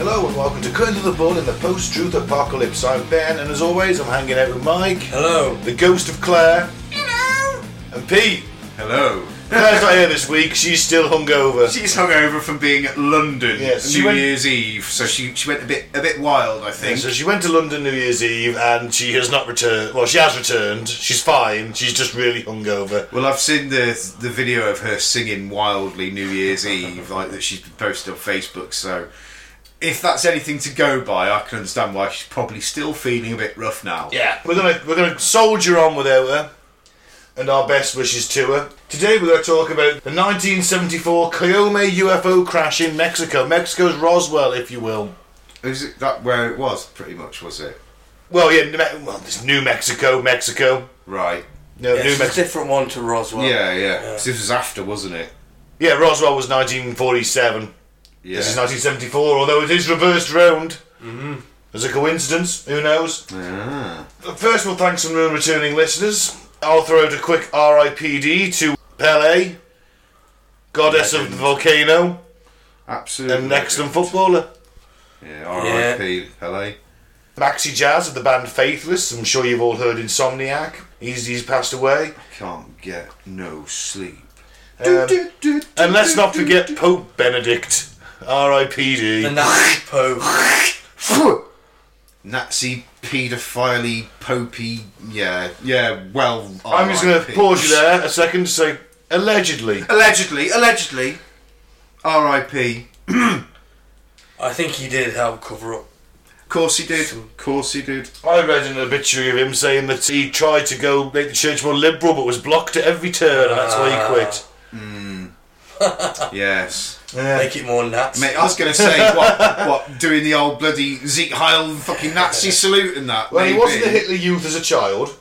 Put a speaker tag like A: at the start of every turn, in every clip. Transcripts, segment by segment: A: Hello and welcome to Cutting to the Bull in the Post Truth Apocalypse. I'm Ben, and as always, I'm hanging out with Mike,
B: Hello.
A: the ghost of Claire, and Pete.
C: Hello.
A: Claire's not here this week, she's still hungover.
C: She's hungover from being at London
A: Yes, she
C: New
A: went-
C: Year's Eve, so she, she went a bit a bit wild, I think.
A: So she went to London New Year's Eve and she has not returned. Well, she has returned. She's fine. She's just really hungover.
C: Well, I've seen the the video of her singing wildly New Year's Eve, like that she's posted on Facebook. So, if that's anything to go by, I can understand why she's probably still feeling a bit rough now.
B: Yeah.
A: We're gonna we're gonna soldier on without her, and our best wishes to her. Today we're gonna talk about the 1974 Cayome UFO crash in Mexico, Mexico's Roswell, if you will.
C: Is it that where it was? Pretty much was it?
A: Well, yeah, New Me- well, it's New Mexico, Mexico.
C: Right.
A: No,
B: Yeah,
A: New
B: it's a
A: Mexico.
B: different one to Roswell.
C: Yeah, yeah. 'Cause This was after, wasn't it?
A: Yeah, Roswell was 1947.
C: Yeah.
A: This is 1974, although it is reversed round. Mm-hmm. As a coincidence, who knows?
C: Ah.
A: First, we'll thank some new returning listeners. I'll throw out a quick RIPD to Pele, goddess of the volcano,
C: Absolutely.
A: and next and footballer.
C: Yeah. R.I.P. Hello.
A: Maxi Jazz of the band Faithless, I'm sure you've all heard Insomniac. He's, he's passed away.
C: Can't get no sleep.
A: Um, and let's not forget Pope Benedict, RIPD.
B: The Nazi Pope.
C: Nazi paedophile popey. Yeah, yeah. Well,
A: I'm just going to pause you there a second to say allegedly.
C: Allegedly, allegedly. R.I.P.
B: I think he did help cover up.
C: Of course he did. Of course he did.
A: I read an obituary of him saying that he tried to go make the church more liberal but was blocked at every turn and that's why he quit.
C: Yes.
B: Make it more Nazi.
C: Mate, I was going to say what? What doing the old bloody Zeke Heil fucking Nazi salute and that?
A: Well, he
C: maybe.
A: wasn't a Hitler Youth as a child.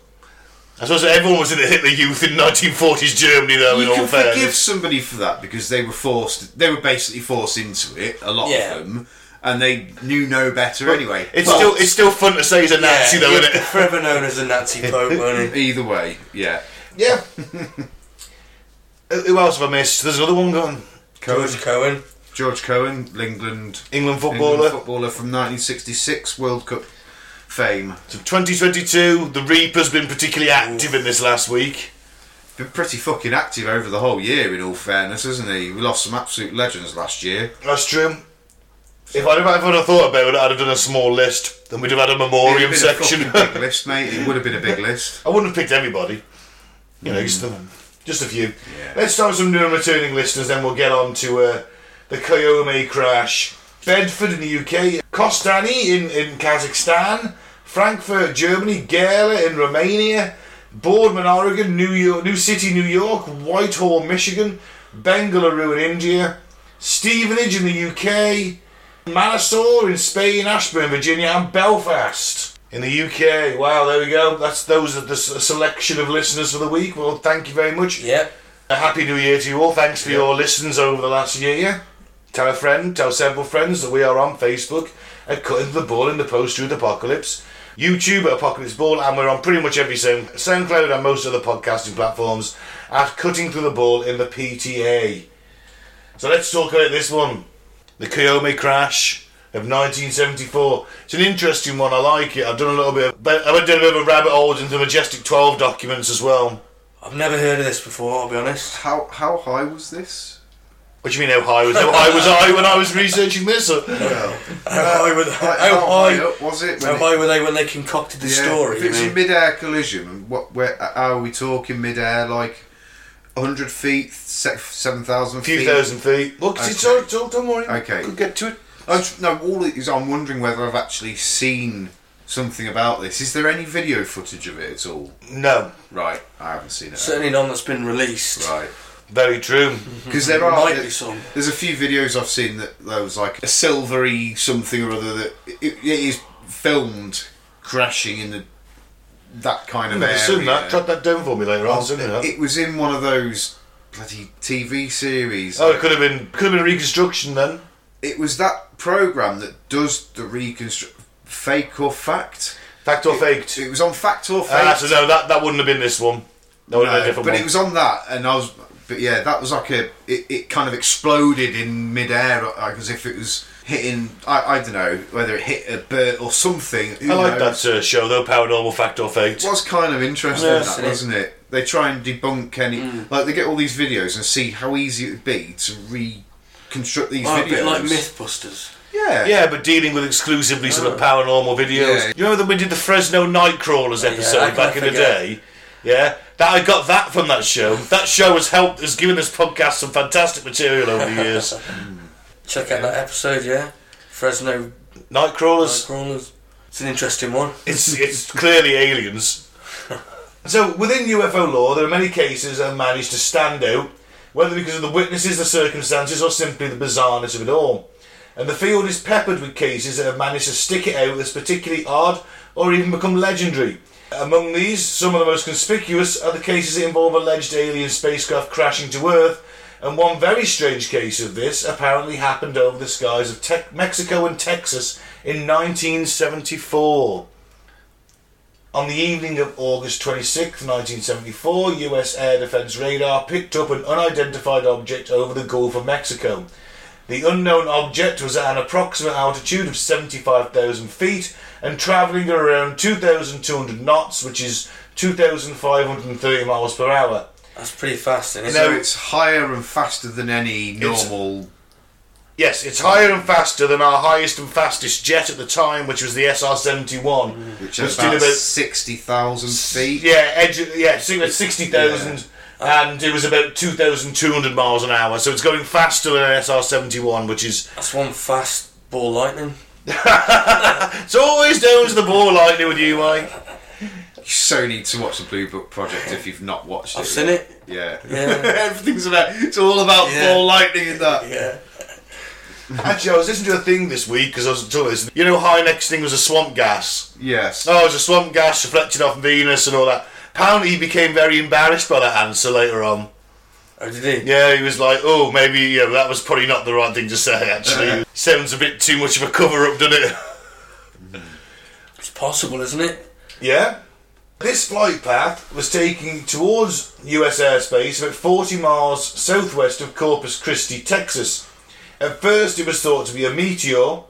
A: I suppose everyone was in the Hitler Youth in 1940s Germany, though, in
C: You
A: all
C: can forgive
A: fairness.
C: somebody for that because they were forced. They were basically forced into it. A lot
B: Yeah.
C: of them, and they knew no better anyway.
A: It's
C: But
A: still it's still fun to say he's a Nazi,
B: yeah,
A: though,
B: he'd
A: isn't
B: be
A: it?
B: Forever known as the Nazi Pope, won't he?
C: either way. Yeah.
A: Yeah. Uh, Who else have I missed? There's another one going.
B: George Cohen.
C: George Cohen, England
A: England footballer.
C: England footballer from 1966 World Cup fame.
A: So 2022, the Reaper's been particularly active in this last week.
C: Been pretty fucking active over the whole year, in all fairness, hasn't he? We lost some absolute legends last year.
A: That's true. If I'd, if I'd have thought about it, I'd have done a small list. Then we'd have had a
C: It'd have
A: memoriam
C: been
A: section.
C: A fucking big list, mate. It would have been a big list.
A: I wouldn't have picked everybody. You know, just, a, just a few.
C: Yeah.
A: Let's start with some new and returning listeners, then we'll get on to uh, the Koyome crash. Bedford in the UK, Kostani in, in Kazakhstan, Frankfurt, Germany, Gela in Romania, Boardman, Oregon, New York, New City, New York, Whitehall, Michigan, Bengaluru in India, Stevenage in the UK, Manasor in Spain, Ashburn, Virginia, and Belfast in the UK. Wow, there we go. That's those are the s- selection of listeners for the week. Well, thank you very much.
B: Yep.
A: A happy new year to you all. Thanks for your listens over the last year. Tell a friend, tell several friends that we are on Facebook at Cutting the Ball in the Post Truth Apocalypse, YouTube at Apocalypse Ball, and we're on pretty much every sound, SoundCloud and most other podcasting platforms at Cutting Through the Ball in the PTA. So let's talk about this one the Koyome crash of 1974. It's an interesting one, I like it. I've done a little bit of, but I went down a bit of a rabbit hole into the Majestic 12 documents as well.
B: I've never heard of this before, I'll be honest.
C: How how high was this?
A: What do you mean how high was how high was I when I was researching this? Or,
B: How high were they,
C: Uh, Like,
B: how high,
C: up was it?
B: how
C: when it-
B: high were they when they concocted the
C: Yeah,
B: story?
C: If
B: you
C: it's a
B: mean?
C: mid-air collision, what? Where? How are we talking mid-air? Like hundred feet, se- seven thousand
A: a
C: feet.
A: few thousand feet. Look, it's all, it's all- don't worry.
C: Okay.
A: Could get to it.
C: I just- no, all it is, I'm wondering whether I've actually seen something about this. Is there any video footage of it at all?
A: No,
C: Right, I haven't seen it.
B: Certainly none that's been released.
C: Right,
A: very true.
C: because there
B: There
C: are
B: might
C: there-
B: be some.
C: There's a few videos I've seen that there was like a silvery something or other that it, it is filmed crashing in the that kind of
A: I've never
C: area.
A: seen that. Cut that down for me later on. soon enough.
C: It was in one of those bloody TV series.
A: Oh, it could have been could have been reconstruction then.
C: It was that program that does the reconstruct fake or fact.
A: Fact or faked?
C: It was on fact or fake.
A: Ah, so no, that, that wouldn't have been this one. That would have been a
C: No, but
A: different one.
C: it was on that, and I was, but yeah, that was like a, it, it kind of exploded in midair, like as if it was hitting, I, I don't know, whether it hit a bird or something. who
A: I like
C: knows?
A: that uh, show though, Paranormal Fact or Fate.
C: It was kind of interesting,
A: Yes,
C: that,
B: it is.
C: wasn't it? They try and debunk any.
B: Mm.
C: Like, they get all these videos and see how easy it would be to reconstruct these
B: Oh, a
C: videos.
B: bit like Mythbusters.
C: Yeah.
A: Yeah, but dealing with exclusively sort
B: Oh.
A: of paranormal videos.
C: Yeah.
A: You remember that we did the Fresno Nightcrawlers episode
B: how can
A: back
B: I
A: in the
B: forget?
A: day? Yeah, that I got that from that show. That show has helped, has given this podcast some fantastic material over the years.
B: Check out that episode, yeah. Fresno
A: Nightcrawlers,
B: Crawlers. It's an interesting one.
A: it's it's clearly aliens. So within UFO law, there are many cases that have managed to stand out, whether because of the witnesses, the circumstances, or simply the bizarreness of it all. And the field is peppered with cases that have managed to stick it out as particularly odd or even become legendary. Among these, some of the most conspicuous are the cases that involve alleged alien spacecraft crashing to Earth, and one very strange case of this apparently happened over the skies of Tex Mexico and Texas in 1974. On the evening of August 26, 1974, US air defense radar picked up an unidentified object over the Gulf of Mexico. The unknown object was at an approximate altitude of 75,000 feet and traveling at around 2,200 knots, which is 2,530 miles per hour.
B: That's pretty fast, isn't it?
C: So it's higher and faster than any
A: It's-
C: normal.
A: Yes, it's higher and faster than our highest and fastest jet at the time, which was the SR 71,
C: Which
A: was
C: is
A: doing
C: about
A: about
C: 60,000 feet.
A: Yeah, edge, yeah, so it's 60,000 and it was about 2,200 miles an hour, so it's going faster than an SR 71, which is.
B: That's one fast ball lightning.
A: It's always down to the ball lightning with you, Mike.
C: You so need to watch the Blue Book Project if you've not watched it.
B: I've seen it.
C: Yeah.
B: Yeah.
C: Everything's about. It's all about
B: Yeah.
C: ball lightning in that.
B: Yeah.
A: Actually, I was listening to a thing this week because I was talking this. You know, high next thing was a swamp gas.
C: Yes.
A: Oh, it was a swamp gas reflected off Venus and all that. Apparently, he became very embarrassed by that answer later on.
B: Oh, did he?
A: Yeah, he was like, "Oh, maybe yeah, that was probably not the right thing to say." Actually, sounds a bit too much of a cover-up, doesn't it?
B: It's possible, isn't it?
A: Yeah. This flight path was taking towards US airspace about 40 miles southwest of Corpus Christi, Texas. At first, it was thought to be a meteor,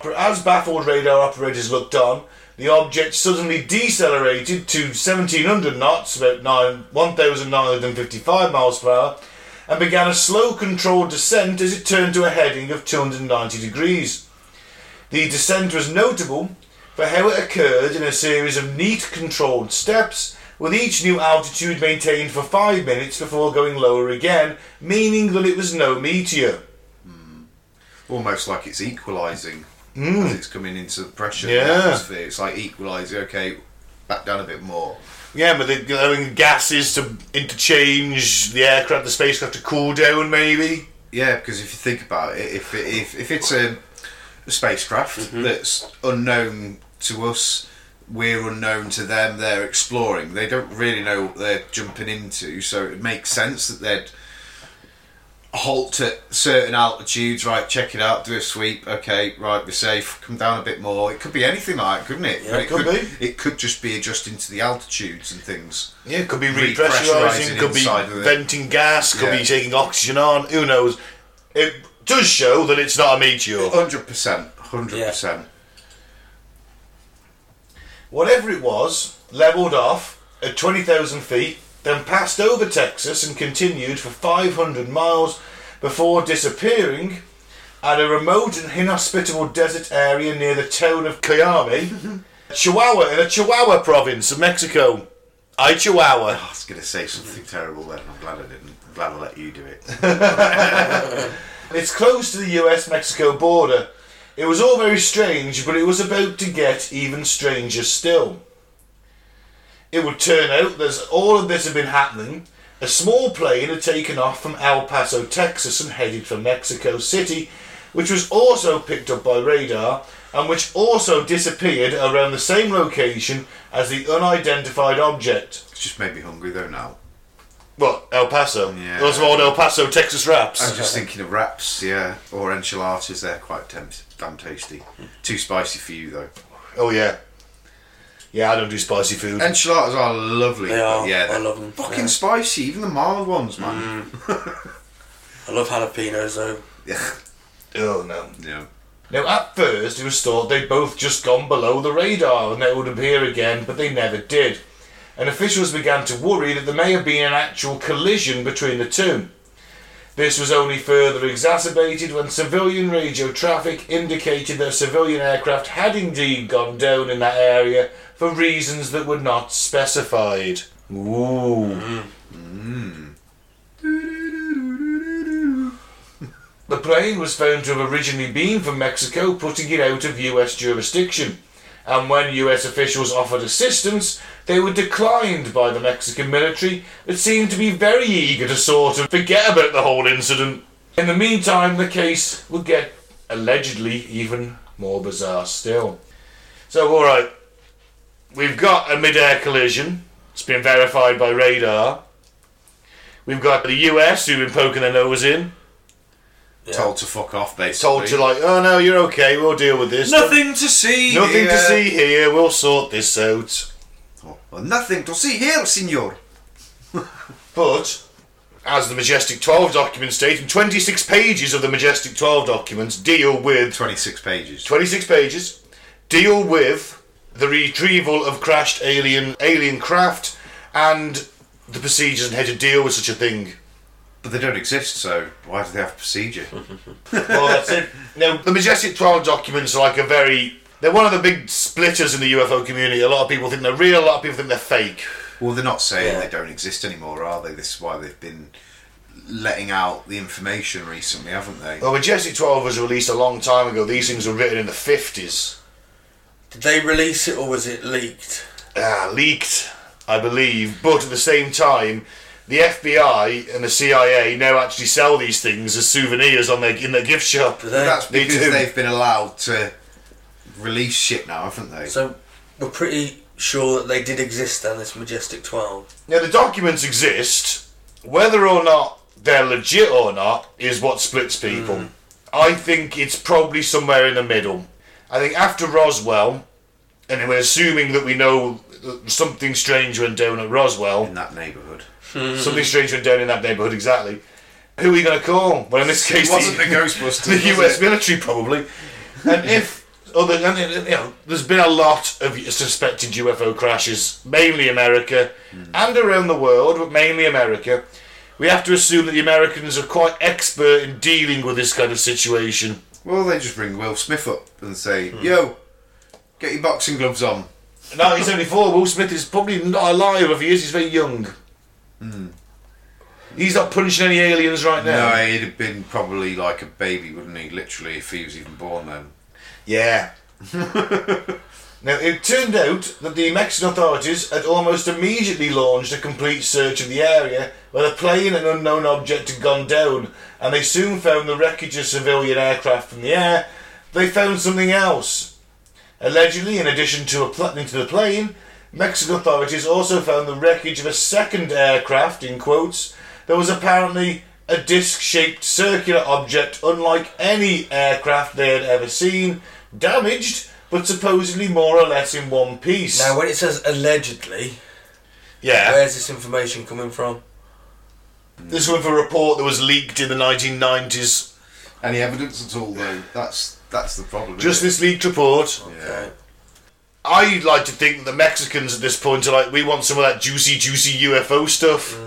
A: but as baffled radar operators looked on, the object suddenly decelerated to 1700 knots, about nine- 1955 miles per hour, and began a slow controlled descent as it turned to a heading of 290 degrees. The descent was notable for how it occurred in a series of neat controlled steps, with each new altitude maintained for five minutes before going lower again, meaning that it was no meteor.
C: Almost like it's equalising. as It's coming into the pressure of
A: Mm. Yeah.
C: the atmosphere. It's like equalising. Okay, back down a bit more.
A: Yeah, but they're allowing gases to interchange the aircraft, the spacecraft to cool down, maybe.
C: Yeah, because if you think about it, if if if it's a, a spacecraft that's unknown to us, we're unknown to them. They're exploring. They don't really know what they're jumping into, so it makes sense that they'd halt at certain altitudes. Right, check it out. Do a sweep. Okay, right, we're safe. Come down a bit more. It could be anything like, that, couldn't it?
B: Yeah,
C: But
B: it
A: could
C: It could just be adjusting to the altitudes and things.
A: Yeah, it could be
C: Repressurising
A: repressurizing, could be
C: inside of it.
A: venting gas, could be
C: Yeah.
A: taking oxygen on, who knows. It does show that it's not a meteor.
C: Hundred percent. Hundred percent.
A: whatever it was, levelled off at 20,000 feet, then passed over Texas and continued for 500 miles before disappearing at a remote and inhospitable desert area near the town of Cayame, Chihuahua, in the Chihuahua province of Mexico. I Chihuahua.
C: I was going to say
B: Mm.
C: something terrible then. I'm glad I didn't. I'm glad I let you do it.
A: It's close to the US Mexico border. It was all very strange, but it was about to get even stranger still. It would turn out that all of this had been happening, a small plane had taken off from El Paso, Texas, and headed for Mexico City, which was also picked up by radar and which also disappeared around the same location as the unidentified object.
C: It's just made me hungry though now.
A: What, El Paso?
C: Yeah.
A: Those are all El Paso, Texas wraps.
C: I'm just thinking of wraps, yeah, or enchiladas. They're quite damn, damn tasty. Too spicy for you though.
A: Oh, yeah. Yeah, I don't do spicy food.
C: Enchiladas are lovely.
B: They
C: but
B: are.
C: Yeah,
B: I
C: they're
B: love 'em,
C: Fucking
B: yeah. Mm.
C: spicy, even the mild ones, man.
B: I love jalapenos though.
C: Yeah.
A: Oh, no.
C: yeah.
A: Now, at first, it was thought they'd both just gone below the radar and they would appear again, but they never did. And officials began to worry that there may have been an actual collision between the two. This was only further exacerbated when civilian radio traffic indicated that a civilian aircraft had indeed gone down in that area for reasons that were not specified. Ooh. The plane was found to have originally been from Mexico, putting it out of US jurisdiction. And when US officials offered assistance, they were declined by the Mexican military, that seemed to be very eager to sort of forget about the whole incident. In the meantime, the case would get allegedly even more bizarre still. So, alright, we've got a mid air collision, it's been verified by radar. We've got the US who've been poking their nose in
B: Yeah.
C: Told to fuck off, basically.
A: told you like, oh no, you're okay. We'll deal with this.
B: Nothing to see.
A: nothing
C: Yeah.
A: to see here. We'll sort this out.
C: Oh, well, nothing to see here, senor.
A: But as the Majestic 12 document states, and 26 pages of the Majestic 12 documents deal with
C: 26 pages.
A: 26 pages deal with the retrieval of crashed alien alien craft and the procedures and how to deal with such a thing.
C: But they don't exist, so why do they have a procedure?
A: well, that's it. Now, the Majestic 12 documents are like a very. They're one of the big splitters in the UFO community. A lot of people think they're real, a lot of people think they're fake.
C: well, they're not saying
B: Yeah.
C: they don't exist anymore, are they? This is why they've been letting out the information recently, haven't they?
A: Well, Majestic 12 was released a long time ago. These things were written in the 50s.
B: Did they release it or was it leaked?
A: Ah, leaked, I believe. But at the same time, the FBI and the CIA now actually sell these things as souvenirs on their, in their gift shop.
C: But
B: Did they?
C: that's
A: They
C: because
A: do.
C: they've been allowed to release shit now, haven't they?
B: So we're pretty sure that they did exist then, this Majestic 12.
A: Now, the documents exist. Whether or not they're legit or not is what splits people. I think it's probably somewhere in the middle. I think after Roswell, and we're assuming that we know that something strange went down at Roswell.
C: in that neighbourhood.
A: Something strange went down in that neighbourhood, exactly. Who are you going to call? Well, in this case, the,
C: Ghostbusters.
A: the US military, probably. And if other, and, and, you know, there's been a lot of suspected UFO crashes, mainly America and around the world, but mainly America. We have to assume that the Americans are quite expert in dealing with this kind of situation.
C: Well, they just ring Will Smith up and say,
A: Hmm.
C: "Yo, get your boxing gloves on."
A: Now he's only four. Will Smith is probably not alive. If he is, he's very young. He's not punching any aliens right now.
C: No, he'd have been probably like a baby, wouldn't he? Literally, if he was even born then.
A: Yeah. now, it turned out that the Mexican authorities had almost immediately launched a complete search of the area where the plane and unknown object had gone down, and they soon found the wreckage of civilian aircraft from the air. They found something else. Allegedly, in addition to a pl- into the plane, Mexican authorities also found the wreckage of a second aircraft, in quotes, that was apparently a disc shaped circular object unlike any aircraft they had ever seen, damaged, but supposedly more or less in one piece.
B: Now, when it says allegedly,
A: yeah.
B: where's this information coming from?
A: This was a report that was leaked in the 1990s.
C: Any evidence at all, though? That's that's the problem.
A: Just
C: isn't
A: this leaked report.
C: it? Yeah.
B: Okay.
A: I'd like to think that the Mexicans at this point are like, we want some of that juicy, juicy UFO stuff.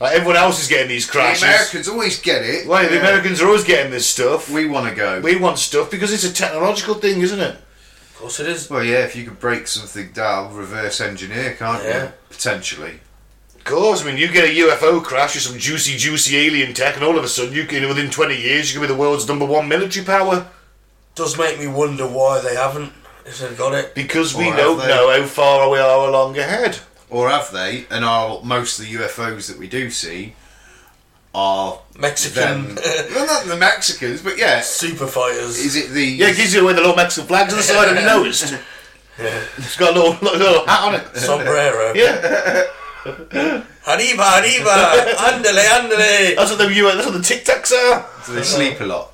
A: Like everyone else is getting these crashes.
C: The Americans always get it.
A: Well, the
C: Yeah.
A: Americans are always getting this stuff. We,
C: We want to go.
A: want stuff because it's a technological thing, isn't it?
B: Of course it is.
C: well, yeah. If you could break something down, reverse engineer, can't
B: Yeah.
C: you? Potentially.
A: Of course. I mean, you get a UFO crash with some juicy, juicy alien tech, and all of a sudden, you can within 20 years, you can be the world's number one military power
B: Does make me wonder why they haven't, if they've got it.
A: because we
C: Or have
A: don't
C: they?
A: know how far we are along ahead.
C: Or have they? And are most of the UFOs that we do see are
B: Mexican
C: them? well, not the Mexicans, but yeah.
B: super fighters.
C: Is it the?
A: Yeah, it gives you away the little Mexican flags on the side. Have you noticed? It's got a little, little, little hat on it.
B: Sombrero.
A: Yeah,
B: Arriba, arriba! Andale, andale!
A: that's what the that's what the Tic Tacs are.
C: do they sleep a lot?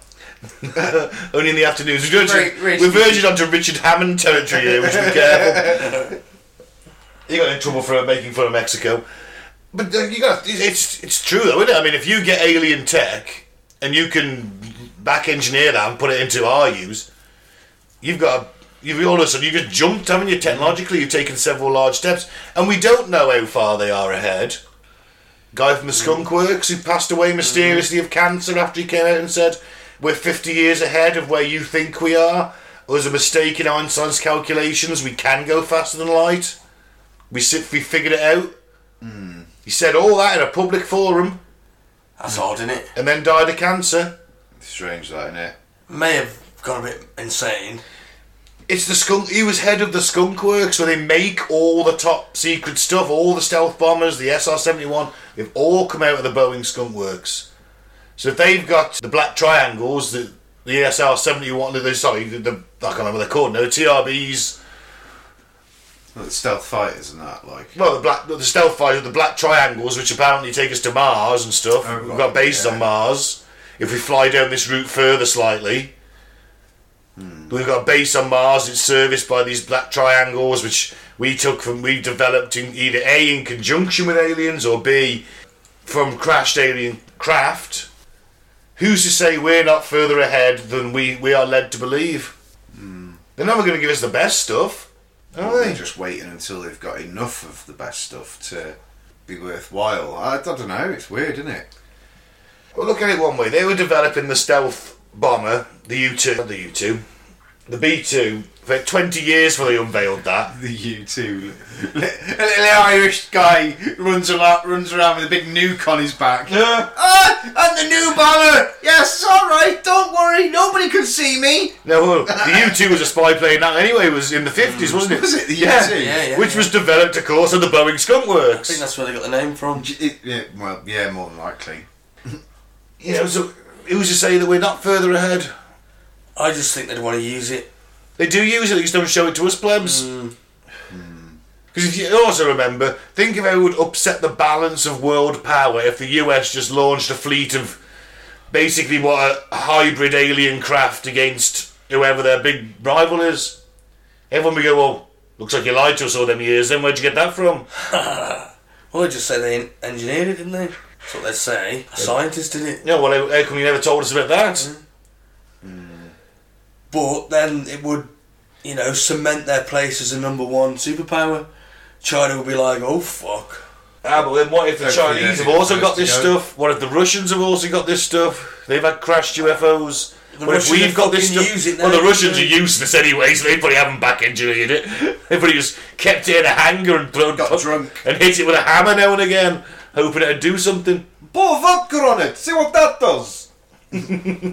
A: Only in the afternoons. We're,
C: Very- very
A: we're verging onto Richard Hammond territory here, which we careful. he got in trouble for making fun of Mexico. But uh, you got it's it's true though, isn't it? I mean, if you get alien tech and you can back engineer that and put it into our use, you've got a, you've all of a sudden you've just jumped, haven't you? Technologically, you've taken several large steps, and we don't know how far they are ahead. Guy from the Skunk Works who passed away mysteriously of cancer after he came out and said, "We're 50 years ahead of where you think we are." It was a mistake in Einstein's calculations. We can go faster than light. We sit, we figured it out. He said all that in a public forum,
B: That's odd, isn't it?
A: and then died of cancer.
C: Strange, that isn't it?
B: May have gone a bit insane.
A: It's the skunk. He was head of the Skunk Works, where they make all the top secret stuff. All the stealth bombers, the SR seventy one, they've all come out of the Boeing Skunk Works. So if they've got the black triangles, the the SR seventy one, the sorry, the, the I can't remember what they're called now, TRBs.
C: Well, it's stealth fighters and that, like.
A: Well, the black, the stealth fighter, the black triangles, which apparently take us to Mars and stuff.
C: Oh, right,
A: We've got bases
C: yeah.
A: on Mars. If we fly down this route further slightly,
C: Hmm.
A: we've got a base on Mars. It's serviced by these black triangles, which we took from we've developed in either a in conjunction with aliens or b from crashed alien craft. Who's to say we're not further ahead than we, we are led to believe?
C: Hmm.
A: They're never going to give us the best stuff, are
C: They're
A: they?
C: just waiting until they've got enough of the best stuff to be worthwhile. I, I don't know, it's weird, isn't it?
A: Well, look at it one way. They were developing the stealth bomber, the U two, the U two, the B two. For twenty years, before they unveiled that.
C: The U2. A little Irish guy runs around, runs around with a big nuke on his back.
A: Yeah.
C: Ah, I'm the new bomber! Yes, alright, don't worry, nobody can see me!
A: No, well, the U two was a spy plane. That anyway was in the
B: Hmm.
A: fifties, wasn't it?
C: Was it the
A: Yeah.
C: U2?
B: Yeah, yeah.
A: Which was developed, of course, at the Boeing Skunk
B: I think
A: Works.
B: that's where they got the name from.
C: J- it- yeah, well, yeah, more than likely.
A: You know, so who's to say that we're not further ahead?
B: I just think they'd want to use it.
A: They do use it, they just don't show it to us plebs. Because if you also remember, think of how it would upset the balance of world power if the US just launched a fleet of basically what a hybrid alien craft against whoever their big rival is. Everyone would go, well, looks like you lied to us all them years, then where'd you get that from?
B: Well, they just say they en- engineered it, didn't they? That's what they say. A scientist did it.
A: Yeah, well, how- how come you never told us about that?
B: But then it would, you know, cement their place as a number one superpower. China would be like, oh fuck.
A: Ah, but then what if the
C: Hopefully
A: Chinese
C: they're
A: have also got
C: interested,
A: this
C: you know.
A: stuff? What if the Russians have also got this stuff? They've had crashed UFOs.
B: The
A: what if
B: Russians
A: we've
B: are
A: got this
B: fucking
A: stuff?
B: using
A: well, the
B: that,
A: Russians are
B: you know.
A: useless anyway, so they probably haven't back engineered it. They probably just kept it in a hangar and thrown
C: Got
A: put-
C: drunk.
A: and hit it with a hammer now and again, hoping it'd do something.
C: Pour vodka on it, see what that does!
B: I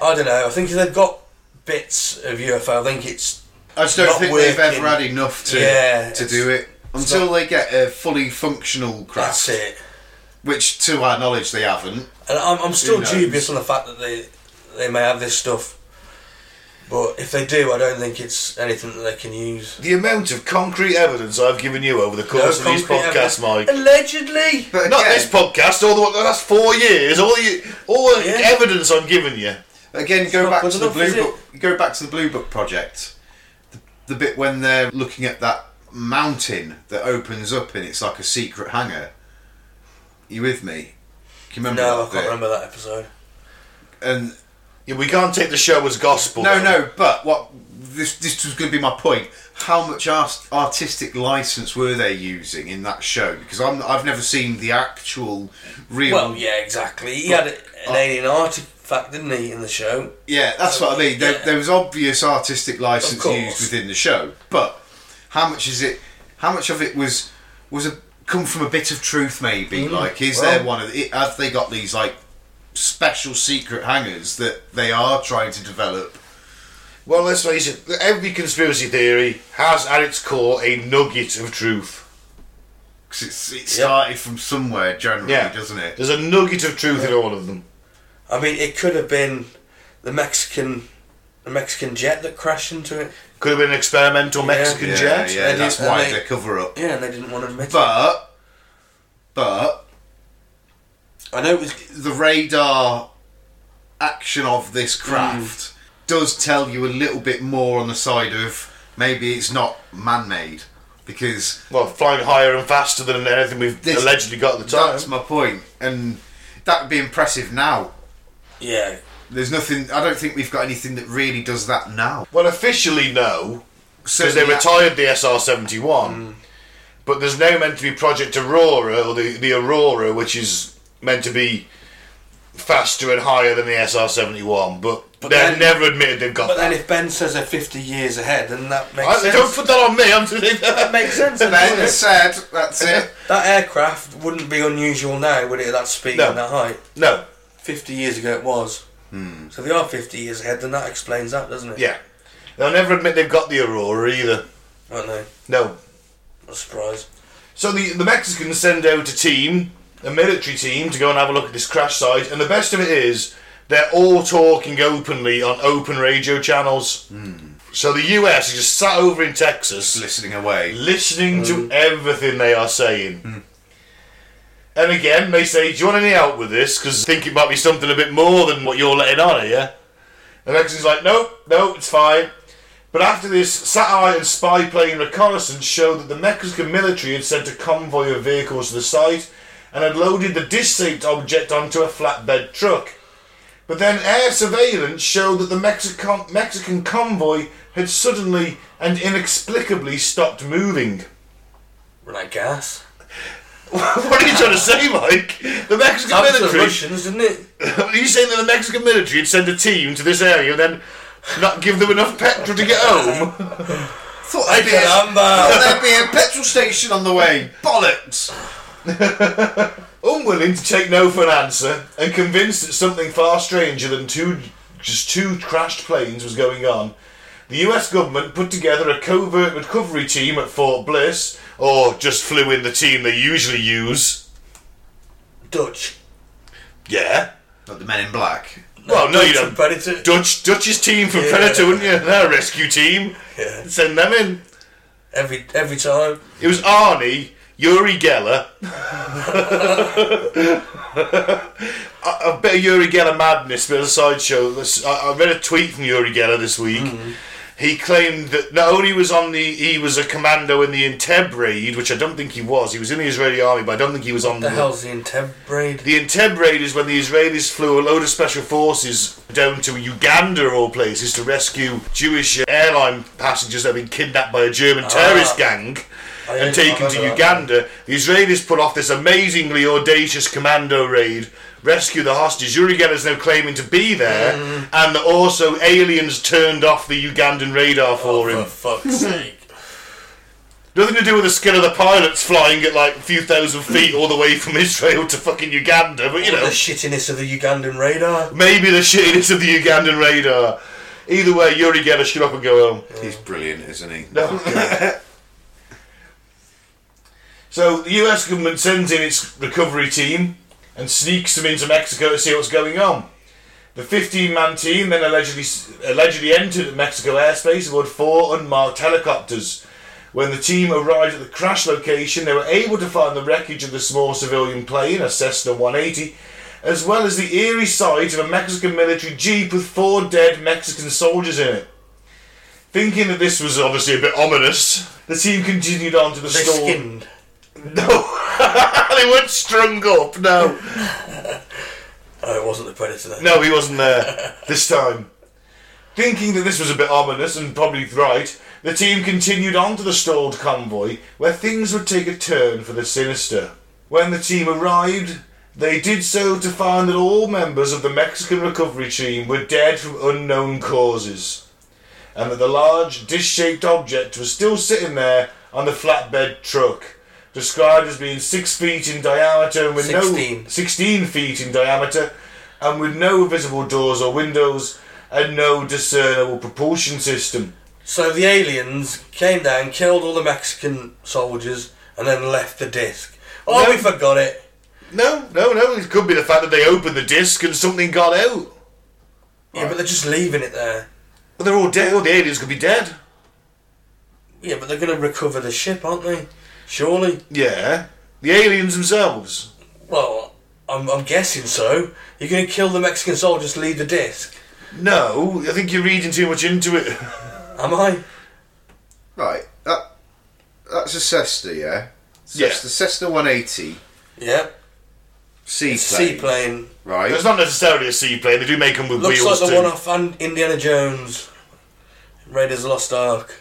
B: don't know. I think if they've got bits of UFO, I think it's
C: I just don't
B: Not
C: think they've
B: working.
C: ever had enough to, to
B: Yeah, it's-
C: do it.
B: it's
C: Until they get a fully functional craft,
B: that's it.
C: which to our knowledge they haven't.
B: And I'm, I'm still
C: knows?
B: dubious on the fact that they they may have this stuff. But if they do, I don't think it's anything that they can use.
A: The amount of concrete evidence I've given you over the course
B: No
A: of these
B: concrete
A: podcasts,
B: evidence.
A: Mike.
B: Allegedly.
C: But
A: Not
C: again-
A: this podcast, all the that's four years. All the all the
B: Yeah.
A: evidence I'm giving you.
C: Again, go
B: not
C: back
B: good
C: to the
B: enough,
C: blue
B: is it?
C: book. Go back to the blue book project. The, the bit when they're looking at that mountain that opens up and it's like a secret hangar. You with me? Can you remember?
B: No, I
C: that
B: can't
C: bit?
B: remember that episode.
C: And
A: Yeah, we can't take the show as gospel.
C: no, no. But what this this was going to be my point. How much art, artistic license were they using in that show? Because I'm I've never seen the actual real.
B: Well, yeah, exactly. He had a- an
C: I-
B: alien artifact, didn't he, in the show?
C: Yeah, that's what I mean. There,
B: Yeah.
C: there was obvious artistic license
B: Of course.
C: used within the show, but how much is it? How much of it was was a, come from a bit of truth? Maybe like, is there
B: Mm. well-
C: one of the, have they got these like special secret hangers that they are trying to develop?
A: Well, let's face it, every conspiracy theory has at its core a nugget of truth.
C: Because it
B: Yeah.
C: started from somewhere, generally,
A: Yeah.
C: doesn't it?
A: There's a nugget of truth in all of them.
B: I mean, it could have been the Mexican, the Mexican jet that crashed into it.
A: Could have been an experimental Mexican
C: Yeah,
A: jet.
C: yeah,
B: And
C: that's
B: it- and
C: why
B: they-
C: they cover up.
B: Yeah, and they didn't want to admit it.
C: But, but
B: I know it was
C: the radar action of this
B: Mm.
C: craft does tell you a little bit more on the side of maybe it's not man-made because
A: Well, flying higher and faster than anything we've
C: This-
A: allegedly got at the
C: that's
A: time.
C: my point and that would be impressive now
B: Yeah,
C: There's nothing. I don't think we've got anything that really does that now.
A: Well, officially, no, because they retired the SR
C: Mm.
A: 71, but there's now meant to be Project Aurora, or the, the Aurora, which is meant to be faster and higher than the SR 71, but,
B: But
A: they've
B: then-
A: never admitted they've got
B: But then
A: that.
B: if Ben says they're 50 years ahead, then that makes
A: I,
B: sense.
A: don't put that on me, I'm doing
B: That makes sense. then, doesn't
C: Ben
B: it?
C: said, that's it.
B: That aircraft wouldn't be unusual now, would it, at that speed
A: No.
B: and that height?
A: No,
B: 50 years ago it was. Hmm. So if they are 50 years ahead, then that explains that, doesn't it?
A: yeah. They'll never admit they've got the Aurora either.
B: I don't know.
A: No.
B: Not surprised.
A: So the, the Mexicans send out a team, a military team, to go and have a look at this crash site. And the best of it is, they're all talking openly on open radio channels.
B: Hmm.
A: So the US is just sat over in Texas,
C: Listening away.
A: listening to everything they are saying. And again, they say, "Do you want any help with this? Because I think it might be something a bit more than what you're letting on here." And Mexicans like, "No, no, it's fine." But after this, satellite and spy plane reconnaissance showed that the Mexican military had sent a convoy of vehicles to the site and had loaded the dish-shaped object onto a flatbed truck. But then air surveillance showed that the Mexican, Mexican convoy had suddenly and inexplicably stopped moving.
B: Run out of gas.
A: what are you trying to say, Mike? The Mexican
B: That was the
A: military.
B: Russians, didn't it?
A: Are you saying that the Mexican military had sent a team to this area and then not give them enough petrol to get home?
C: Thought
B: I
C: there'd, be a,
B: can
C: thought there'd be a petrol station on the way. Bollocks!
A: Unwilling to take no for an answer and convinced that something far stranger than two just two crashed planes was going on, the US government put together a covert recovery team at Fort Bliss, or just flew in the team they usually use.
B: Dutch.
A: Yeah.
C: Not the men in black.
A: Well, no, you
B: Dutch
A: don't.
B: and Predator.
A: Dutch Dutch's team from
B: Yeah.
A: Predator, wouldn't you? They're a rescue team.
B: Yeah.
A: Send them in.
B: Every every time.
A: It was Arnie, Yuri Geller. a, a bit of Yuri Geller madness, bit of a sideshow. This- I, I read a tweet from Yuri Geller this week. He claimed that not only was on the he was a commando in the Entebbe raid, which I don't think he was. He was in the Israeli army, but I don't think he was on
B: The hell's the Inteb raid?
A: Mm. The Entebbe raid is when the Israelis flew a load of special forces down to Uganda, of all places, to rescue Jewish airline passengers that had been kidnapped by a German terrorist gang
B: Ah. I
A: and
B: don't
A: taken to
B: remember that.
A: Uganda. The Israelis put off this amazingly audacious commando raid, rescue the hostages. Yuri Geller's now claiming to be there,
B: Mm.
A: and that also aliens turned off the Ugandan radar for him.
B: For fuck's sake.
A: Nothing to do with the skill of the pilots flying at like a few thousand feet all the way from Israel to fucking Uganda, but you
B: the
A: know.
B: shittiness of the Ugandan radar.
A: Maybe the shittiness of the Ugandan radar. Either way, Yuri Geller should up and go home.
C: He's brilliant, isn't he?
A: so the US government sends in its recovery team and sneaks them into Mexico to see what's going on. The 15 man team then allegedly allegedly entered Mexico airspace aboard four unmarked helicopters. When the team arrived at the crash location, they were able to find the wreckage of the small civilian plane, a Cessna 180, as well as the eerie sight of a Mexican military jeep with four dead Mexican soldiers in it. Thinking that this was obviously a bit ominous, the team continued on to the
B: They
A: store.
B: skinned.
A: No, they weren't strung up. No,
B: Oh, it wasn't the Predator then.
A: no, he wasn't there this time. Thinking that this was a bit ominous and probably right, the team continued on to the stalled convoy, where things would take a turn for the sinister. When the team arrived, they did so to find that all members of the Mexican recovery team were dead from unknown causes, and that the large dish-shaped object was still sitting there on the flatbed truck, described as being six feet in diameter and with no
B: Sixteen.
A: 16 feet in diameter, and with no visible doors or windows and no discernible propulsion system.
B: So the aliens came down, killed all the Mexican soldiers, and then left the disc. Oh,
A: No.
B: we forgot it.
A: No, no, no. It could be the fact that they opened the disc and something got out.
B: Yeah, but they're just leaving it there.
A: But they're all dead. All the aliens could be dead.
B: Yeah, but they're going to recover the ship, aren't they? Surely.
A: Yeah. The aliens themselves.
B: Well, I'm, I'm guessing so. You're going to kill the Mexican soldiers, leave the disc.
A: No, I think you're reading too much into it.
B: Am I?
C: Right, that, that's a Cessna, yeah?
A: Yeah.
C: Cessna, Cessna 180.
B: Yeah.
C: Seaplane.
B: Seaplane.
C: Right.
A: It's not necessarily a seaplane. They do make them with
B: Looks
A: wheels
B: like the
A: too.
B: one off and Indiana Jones. Raiders of the Lost Ark.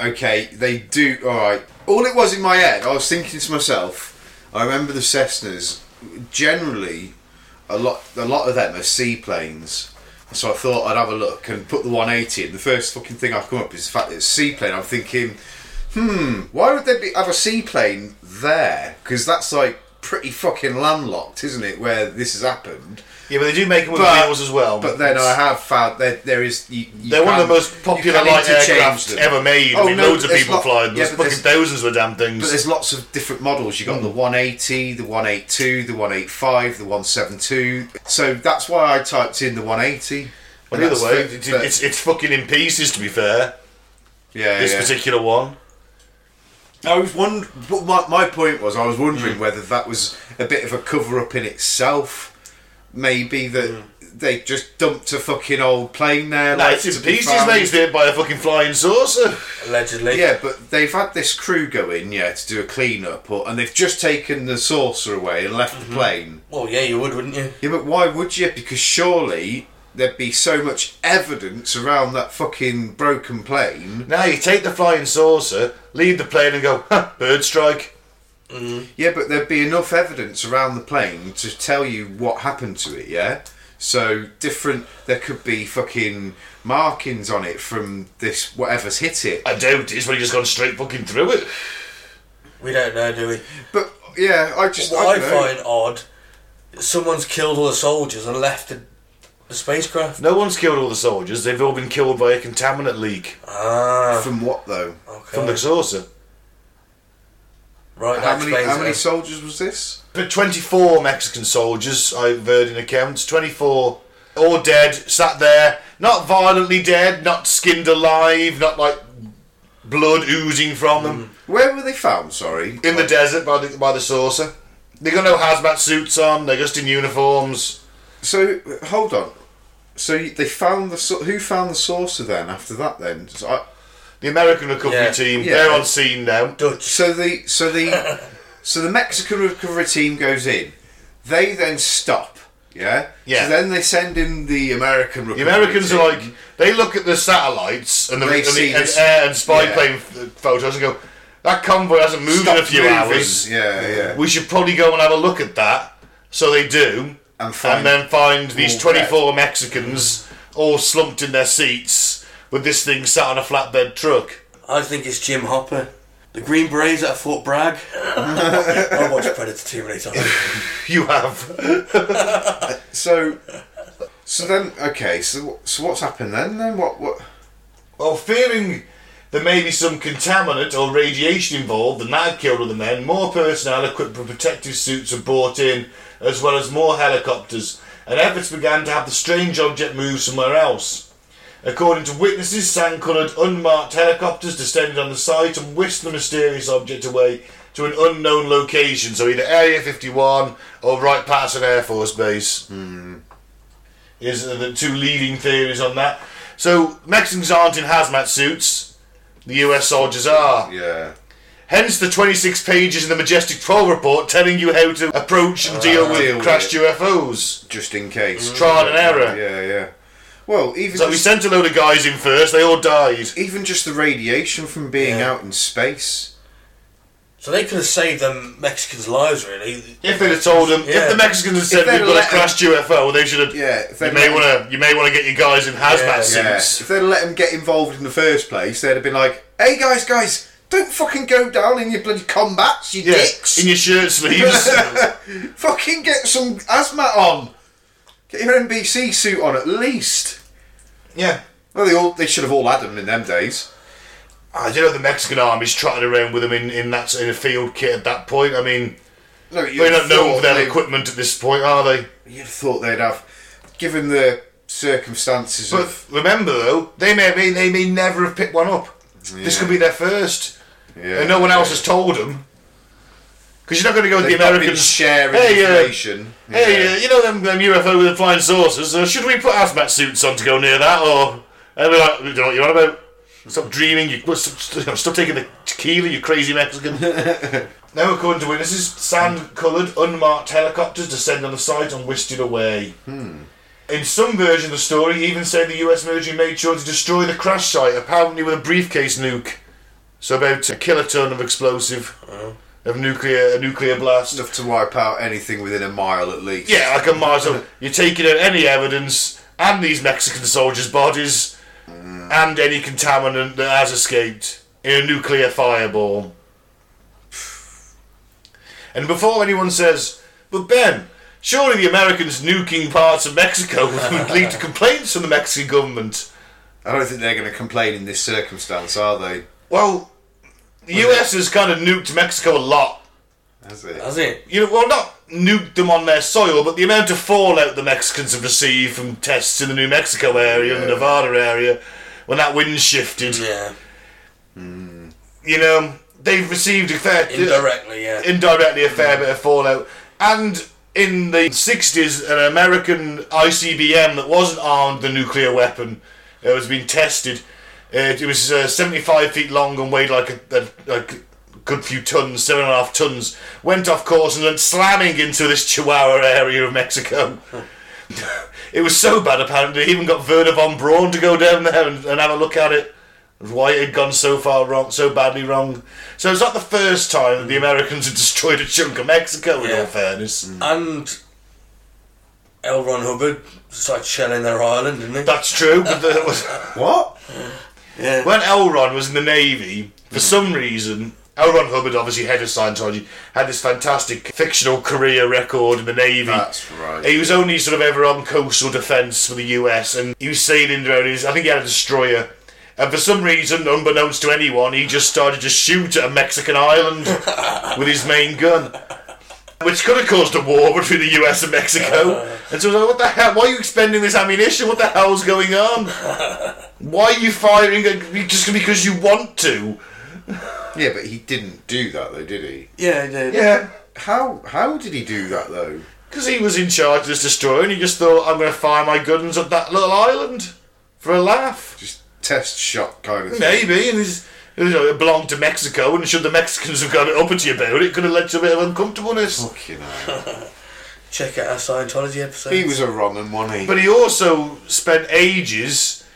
C: Okay, they do. All right. All it was in my head, I was thinking to myself. I remember the Cessnas. Generally, a lot, a lot of them are seaplanes. So I thought I'd have a look and put the 180 in. The first fucking thing I've come up is the fact that it's a seaplane. I'm thinking, hmm, why would they be, have a seaplane there? Because that's like pretty fucking landlocked, isn't it? Where this has happened.
A: Yeah, but they do make them with
C: But-
A: wheels as well.
C: But then I have found that there is. You, you
A: They're one of
C: can-
A: the most
C: you
A: popular
C: can
A: light
C: interchange
A: aircraft
C: them.
A: ever made.
C: Oh,
A: I mean,
C: no,
A: loads of
C: there's
A: people
C: lot-
A: fly them.
C: yeah,
A: There's
C: but
A: fucking Hmm.
C: there's-
A: thousands of damn
C: But
A: things.
C: there's lots of different models. You've got the 180, the 182, the 185, the 172. So that's why I typed in the 180.
A: But
C: And
A: either
C: that's
A: way,
C: the-
A: it's,
C: but-
A: it's, it's fucking in pieces, to be fair.
C: yeah,
A: This
C: yeah.
A: particular one.
C: I was wondering, but my, my point was, I was wondering
A: Hmm.
C: whether that was a bit of a cover up in itself. Maybe that
A: Hmm.
C: they just dumped a fucking old plane there.
A: No,
C: like,
A: it's in
C: to be
A: pieces,
C: found.
A: mate. It's made by a fucking flying saucer.
B: Allegedly.
C: Yeah, but they've had this crew go in, yeah, to do a clean up, or, and they've just taken the saucer away and left
B: Mm-hmm.
C: the plane.
B: Well, yeah, you would, wouldn't you?
C: Yeah, but why would you? Because surely there'd be so much evidence around that fucking broken plane.
A: Now you take the flying saucer, leave the plane, and go huh, bird strike.
C: Yeah, but there'd be enough evidence around the plane to tell you what happened to it, yeah? So different, there could be fucking markings on it from this whatever's hit it.
A: I doubt it's really just gone straight fucking through it.
B: We don't know, do we?
C: But yeah, I just.
B: What I,
C: don't know.
B: find odd, someone's killed all the soldiers and left the, the spacecraft.
A: No one's killed all the soldiers. They've all been killed by a contaminant leak
B: Ah,
C: From what though?
B: okay.
A: from the saucer.
B: right,
C: How
B: that
C: many,
B: explains
C: how
B: it.
C: many soldiers was this?
A: But 24 Mexican soldiers, I've heard in accounts, 24 all dead, sat there, not violently dead, not skinned alive, not like blood oozing from them,
C: Where were they found? Sorry.
A: in the desert by the, by the saucer. They got no hazmat suits on, they're just in uniforms.
C: So hold on. So you- they found the sau- who found the saucer then? After that, then so, I,
A: The American recovery
B: Yeah.
A: team,
C: Yeah.
A: they're on scene now.
B: Dutch.
C: so the so the so the Mexican recovery team goes in. They then stop. Yeah.
A: Yeah.
C: So then they send in the American.
A: The
C: Recovery
A: Americans
C: team.
A: are like, they look at the satellites and the,
C: They
A: and, the
C: see
A: and
C: this-
A: air and spy
C: yeah.
A: plane f- photos and go, that convoy hasn't moved
C: Stop
A: in a few
C: moving."
A: hours.
C: Yeah, yeah.
A: we should probably go and have a look at that. So they do,
C: And find-
A: then find these
C: all
A: 24 Mexicans all slumped in their seats with this thing sat on a flatbed truck.
B: I think it's Jim Hopper. The Green Berets at Fort Bragg. I watched Predator too many times.
A: You have.
C: So. So then, okay. So what- so what's happened then? Then what? What?
A: well, fearing there may be some contaminant or radiation involved, and that had killed all the men, more personnel equipped with protective suits were brought in, as well as more helicopters, and efforts began to have the strange object move somewhere else. According to witnesses, sand-coloured, unmarked helicopters descended on the site and whisked the mysterious object away to an unknown location, so either Area 51 or Wright Patterson Air Force Base. Hmm. Is the two leading theories on that. So Mexicans aren't in hazmat suits. The US soldiers are.
C: Yeah.
A: Hence the 26 pages in the Majestic 12 report telling you how to approach and deal with
C: Uh, Deal with
A: crashed UFOs.
C: Just in case.
A: Mm. Trial and error.
C: Yeah, yeah. Well, even
A: So we
C: just-
A: sent a load of guys in first, they all died.
C: even just the radiation from being
B: Yeah.
C: out in space.
B: So they could have saved them Mexicans' lives, really.
A: If they'd have told them,
B: Yeah.
A: if the Mexicans had said
C: they'd
A: we've got a
C: let 'em-
A: crashed UFO, they should have.
C: Yeah, if
A: You
C: they'd
A: may
C: let-
A: want to. You may want to get your guys in hazmat
B: Yeah.
C: Yeah.
A: suits.
C: If they'd let them get involved in the first place, they'd have been like, "Hey guys, guys, don't fucking go down in your bloody combats, you
A: Yeah,
C: dicks!
A: in your shirt sleeves.
C: fucking get some hazmat on, get your NBC suit on at least."
A: yeah.
C: Well, they all they should have all had them in them days.
A: I don't Ah, know. The Mexican army's trotting around with them in, in that in a field kit at that point. I mean,
C: No, you
A: they're not known for their
C: they,
A: equipment at this point, are they?
C: You'd have thought they'd have, given the circumstances
A: But
C: of
A: remember though, they may be, they may never have picked one up. This could be their first,
C: yeah,
A: and no one else
C: yeah.
A: has told them. Because you're not going to go with
C: They've
A: the
C: not been
A: Americans
C: sharing
A: Hey, uh,
C: information.
A: Hey, uh, you know them, them UFO with the uh, flying saucers? Uh, should we put hazmat suits on to go near that? Or and they're like, we don't know what you're on about. Stop dreaming. You, well, stop, I'm still taking the tequila, you crazy Mexican. now, according to witnesses, sand coloured, unmarked helicopters descend on the site and whisked it away. In some version of the story, he even said the US military made sure to destroy the crash site, apparently with a briefcase nuke. So, about a kiloton of explosive. Of nuclear, a nuclear blast.
C: Enough to wipe out anything within a mile at least.
A: Yeah, like a martyr. You're taking out any evidence and these Mexican soldiers' bodies and any contaminant that has escaped in a nuclear fireball. And before anyone says, but Ben, surely the Americans nuking parts of Mexico would lead to complaints from the Mexican government.
C: I don't think they're going to complain in this circumstance, are they?
A: Well, the US has kind of nuked Mexico a lot.
C: Has it?
B: Has it?
A: you know, well, not nuked them on their soil, but the amount of fallout the Mexicans have received from tests in the New Mexico area and the Nevada area when that wind shifted.
B: Yeah.
A: You know, they've received a fair
B: Indirectly, yeah.
A: indirectly a fair bit of fallout. And in the 60s, an American ICBM that wasn't armed with a nuclear weapon uh, was being tested. Uh, it was uh, 75 feet long and weighed like a, a, like a good few tons, seven and a half tons. Went off course and went slamming into this Chihuahua area of Mexico. it was so bad, apparently, they even got Werner von Braun to go down there and, and have a look at it why it had gone so far wrong, so badly wrong. So it's not the first time that the Americans have destroyed a chunk of Mexico. In
B: Yeah.
A: all fairness,
B: And L. Ron Hubbard started shelling their island, didn't he?
A: that's true. But there was,
C: What?
B: yeah.
A: when Elron was in the Navy, for some reason, Elron Hubbard, obviously head of Scientology, had this fantastic fictional career record in the Navy.
C: That's right.
A: He was only sort of ever on coastal defence for the US, and he was sailing around his. I think he had a destroyer. And for some reason, unbeknownst to anyone, he just started to shoot at a Mexican island with his main gun. Which could have caused a war between the US and Mexico. And so I was like, what the hell? Why are you expending this ammunition? What the hell's going on? Why are you firing at me just because you want to?
C: Yeah, but he didn't do that though, did he?
B: Yeah, he did.
A: Yeah.
C: How how did he do that though?
A: Because he was in charge of this destroyer and he just thought, I'm going to fire my guns at that little island for a laugh.
C: Just test shot kind of thing.
A: Maybe. And it's, you know, it uh, belonged to Mexico, and should the Mexicans have got it uppity about it, could have led to a bit of uncomfortableness.
C: Fucking hell.
B: Check out our Scientology episode.
C: He was a wrong one, wasn't he?
A: But he also spent ages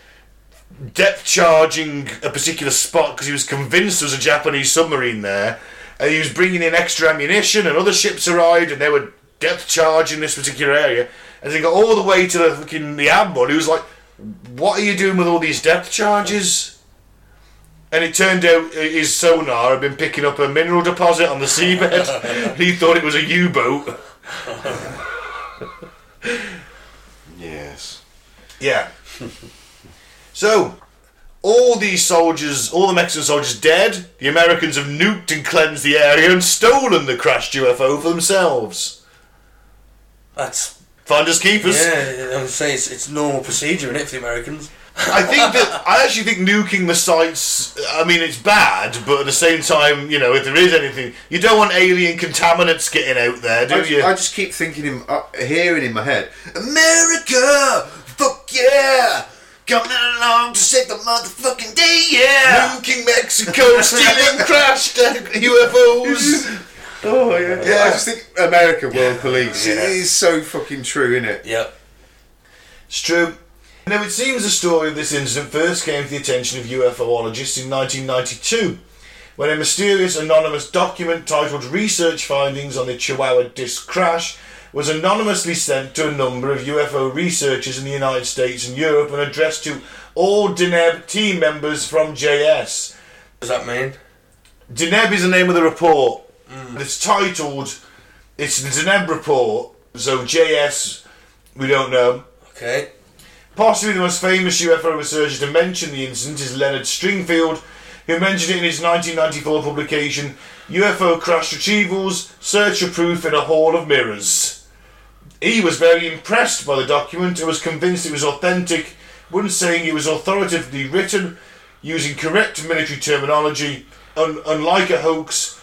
A: depth charging a particular spot because he was convinced there was a Japanese submarine there, and he was bringing in extra ammunition. And other ships arrived, and they were depth charging this particular area. And they got all the way to the fucking the admiral, who was like, "What are you doing with all these depth charges?" And it turned out uh, his sonar had been picking up a mineral deposit on the seabed. and he thought it was a U-boat.
C: yes.
A: Yeah. so, all these soldiers, all the Mexican soldiers dead, the Americans have nuked and cleansed the area and stolen the crashed UFO for themselves.
B: That's
A: Finders keepers.
B: yeah. I'm saying it's, it's normal procedure, is it, for the Americans?
A: I think that I actually think nuking the sites. I mean, it's bad, but at the same time, you know, if there is anything, you don't want alien contaminants getting out there, do
C: I,
A: you?
C: I just keep thinking him, uh, hearing in my head, America, fuck yeah, coming along to save the motherfucking day, yeah.
A: nuking Mexico, stealing crashed uh, UFOs.
C: Oh yeah. Yeah, I just think America World Police.
B: Yeah.
C: It is so fucking true, isn't it?
B: Yep.
A: It's true. Now, it seems the story of this incident first came to the attention of UFOologists in 1992 when a mysterious anonymous document titled Research Findings on the Chihuahua Disc Crash was anonymously sent to a number of UFO researchers in the United States and Europe and addressed to all DINEB team members from JS.
B: What does that mean?
A: Deneb is the name of the report. It's titled, it's the Deneb report. So JS, we don't know.
B: Okay.
A: Possibly the most famous UFO researcher to mention the incident is Leonard Stringfield, who mentioned it in his 1994 publication UFO Crash Retrievals Search for Proof in a Hall of Mirrors. He was very impressed by the document and was convinced it was authentic, when saying it was authoritatively written using correct military terminology, un- unlike a hoax,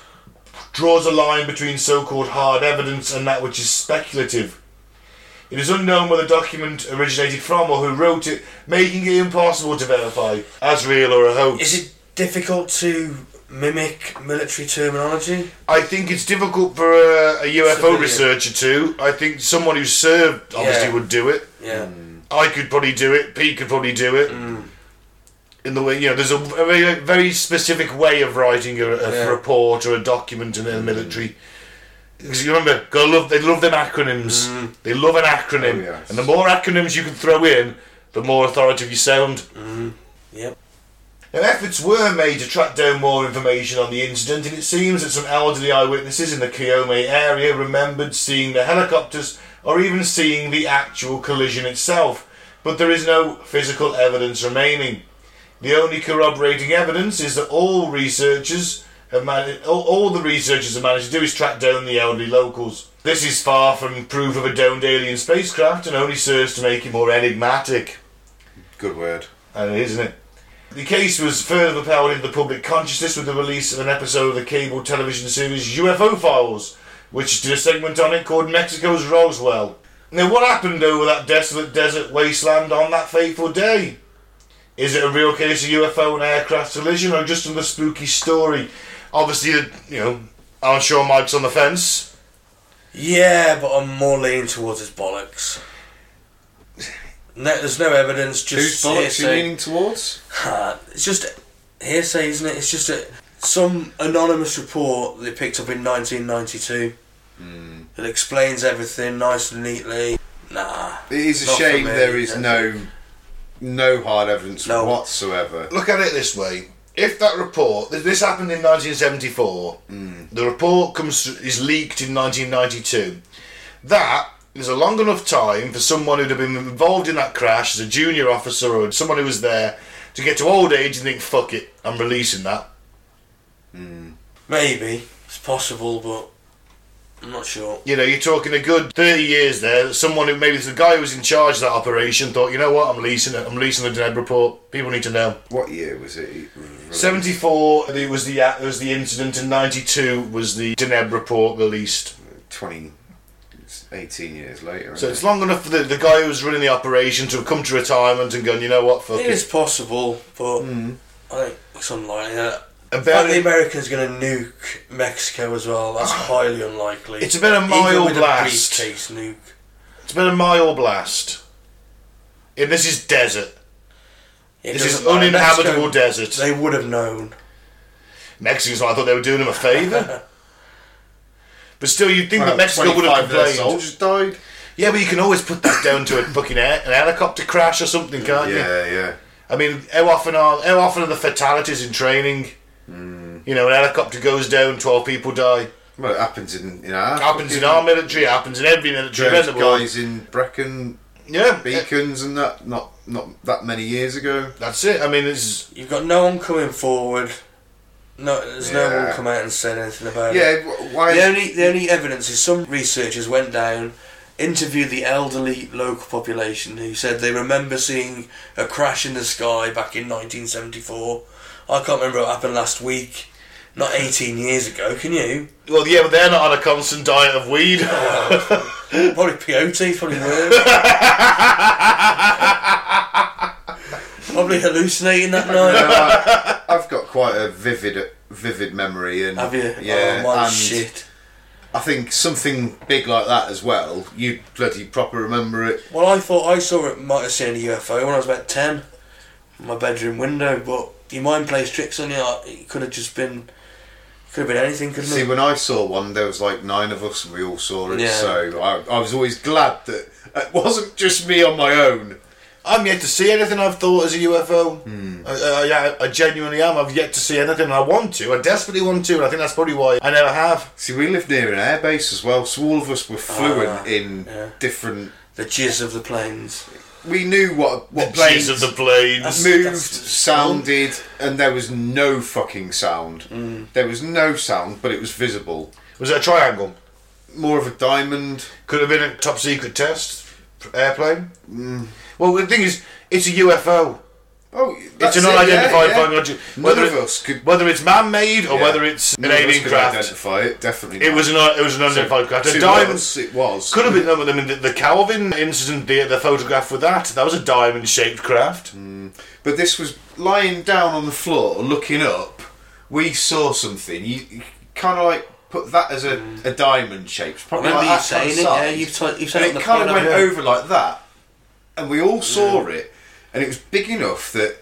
A: draws a line between so called hard evidence and that which is speculative. It is unknown where the document originated from or who wrote it, making it impossible to verify as real or a hoax.
B: Is it difficult to mimic military terminology?
A: I think it's difficult for a, a UFO
B: Civilian.
A: researcher to. I think someone who served obviously
B: Yeah.
A: would do it.
B: Yeah.
A: I could probably do it. Pete could probably do it. In the way, you know, there's a very, very specific way of writing a, a
B: Yeah.
A: report or a document in the military. Because you remember, gotta love, they love them acronyms. They love an acronym.
C: Mm. Oh, yes.
A: And the more acronyms you can throw in, the more authoritative you sound.
C: Mm.
B: Yep.
A: Now, efforts were made to track down more information on the incident, and it seems that some elderly eyewitnesses in the Kiome area remembered seeing the helicopters or even seeing the actual collision itself, but there is no physical evidence remaining. The only corroborating evidence is that all researchers have man- all, all the researchers have managed to do is track down the elderly locals. This is far from proof of a downed alien spacecraft and only serves to make it more enigmatic.
C: Good word.
A: And it is, isn't it? The case was further propelled into the public consciousness with the release of an episode of the cable television series UFO Files, which did a segment on it called Mexico's Roswell. Now, what happened over that desolate desert wasteland on that fateful day? Is it a real case of UFO and aircraft collision, or just another spooky story? Obviously, the- you know, I'm sure Mike's on the fence.
B: Yeah, but I'm more leaning towards his bollocks. No, there's no evidence.
C: Whose
B: Just
C: bollocks are you
B: hearsay.
C: leaning towards?
B: Ah, it's just hearsay, isn't it? It's just a, some anonymous report they picked up in 1992
C: Hmm.
B: that explains everything nice and neatly. Nah.
C: It is a
B: Not for
C: shame
B: me,
C: there is
B: that's
C: no no hard evidence
B: No.
C: whatsoever.
A: Look at it this way. If that report, th- this happened in 1974, the report comes is leaked in 1992. That is a long enough time for someone who'd have been involved in that crash as a junior officer or someone who was there to get to old age and think, fuck it, I'm releasing that.
B: Maybe. It's possible, but I'm not sure.
A: You know, you're talking a good 30 years there. that Someone who maybe the guy who was in charge of that operation thought, you know what, I'm releasing it. I'm releasing the Deneb report. People need to know.
C: What year was it?
A: Seventy four it was the uh, it was the incident, and ninety two was the Deneb report released.
C: 20, it's 18 years later.
A: So
C: isn't
A: it's
C: it?
A: long enough for the, the guy who was running the operation to have come to retirement and gone, you know what, fuck
B: It is
A: it.
B: possible, but
C: Hmm.
B: I think it's unlikely.
A: A
B: That fact the
A: better,
B: Americans going to nuke Mexico as well. That's highly unlikely.
A: Oh. It's about a
B: Even
A: mile
B: with
A: blast.
B: A briefcase nuke.
A: it's been a mile blast. And this is desert.
B: It
A: This is
B: doesn't matter.
A: uninhabitable
B: Mexico,
A: desert.
B: They would have known.
A: Mexicans, I thought they were doing him a favour. but still, you'd think that
C: Well,
A: Mexico would
C: 25
A: have
C: of their
A: complained.
C: soldiers died.
A: Yeah, but you can always put that down to a fucking air, an helicopter crash or something, can't you?
C: Yeah, yeah.
A: I mean, how often are how often are the fatalities in training? You know, an helicopter goes down, twelve people die.
C: Well, it happens in, in our.
A: happens in our military. happens in every military. around
C: Those
A: the world.
C: guys in Brecon
A: Yeah,
C: beacons and that not not that many years ago.
A: that's it. I mean, it's
B: You've got no one coming forward. No, there's no
C: Yeah.
B: one come out and said anything about it.
C: Yeah, wh- why?
B: The only the only evidence is some researchers went down, interviewed the elderly local population who said they remember seeing a crash in the sky back in 1974. I can't remember what happened last week. Not 18 years ago, can you?
A: well, yeah, but they're not on a constant diet of weed.
B: Probably peyote, probably worse. probably hallucinating that night.
C: I, have got quite a vivid vivid memory and
B: Have you?
C: yeah
B: Oh, my
C: and
B: shit.
C: I think something big like that as well. You bloody proper remember it.
A: Mm-hmm.
B: Well, I thought I saw it might have seen a UFO when I was about 10 in my bedroom window, but your mind plays tricks on you. I- It could have just been. Could have been anything, couldn't
C: See,
B: it?
C: when I saw one, there was like nine of us, and we all saw it.
B: Yeah.
C: So I, I was always glad that it wasn't just me on my own.
A: I'm yet to see anything I've thought is a UFO. I, I, yeah, I genuinely am. I've yet to see anything. I want to. I desperately want to, and I think that's probably why I never have.
C: See, we lived near an airbase as well, so all of us were fluent
B: Ah,
C: in
B: yeah.
C: different.
B: The jizz of the planes.
C: We knew what what
A: Planes
C: planes
A: of the planes.
C: moved,
B: That's-
C: sounded, and there was no fucking sound.
A: Mm.
C: There was no sound, but it was visible.
A: Was it a triangle?
C: More of a diamond.
A: Could have been a top secret
C: Mm.
A: test airplane. Well, the thing is, it's a UFO.
C: Oh,
A: It's
C: That's
A: an
C: it, yeah,
A: unidentified
C: yeah.
A: biology.
C: None
A: Whether
C: of
A: it-
C: us could-
A: whether it's man-made or
C: Yeah.
A: whether it's an
C: None of us
A: alien
C: could
A: craft,
C: identify it, definitely.
A: it
C: not.
A: was an it was an
C: So,
A: unidentified craft.
C: to
A: A diamond
C: us, it was.
A: could have been done with them in the, the Calvin incident. The, the photograph with that that was a diamond-shaped craft.
C: Mm. But this was lying down on the floor, looking up. We saw something. You, you kind of like put that as a, a diamond shape. It's Probably
B: Remember
C: like
B: you
C: that kind of
B: saying it? Yeah,
C: size.
B: you've t- you've said
C: And
B: it
C: it
B: on the
C: kind of
B: pod,
C: went
B: haven't you? Mm.
C: over like that, and we all saw it, and it was big enough that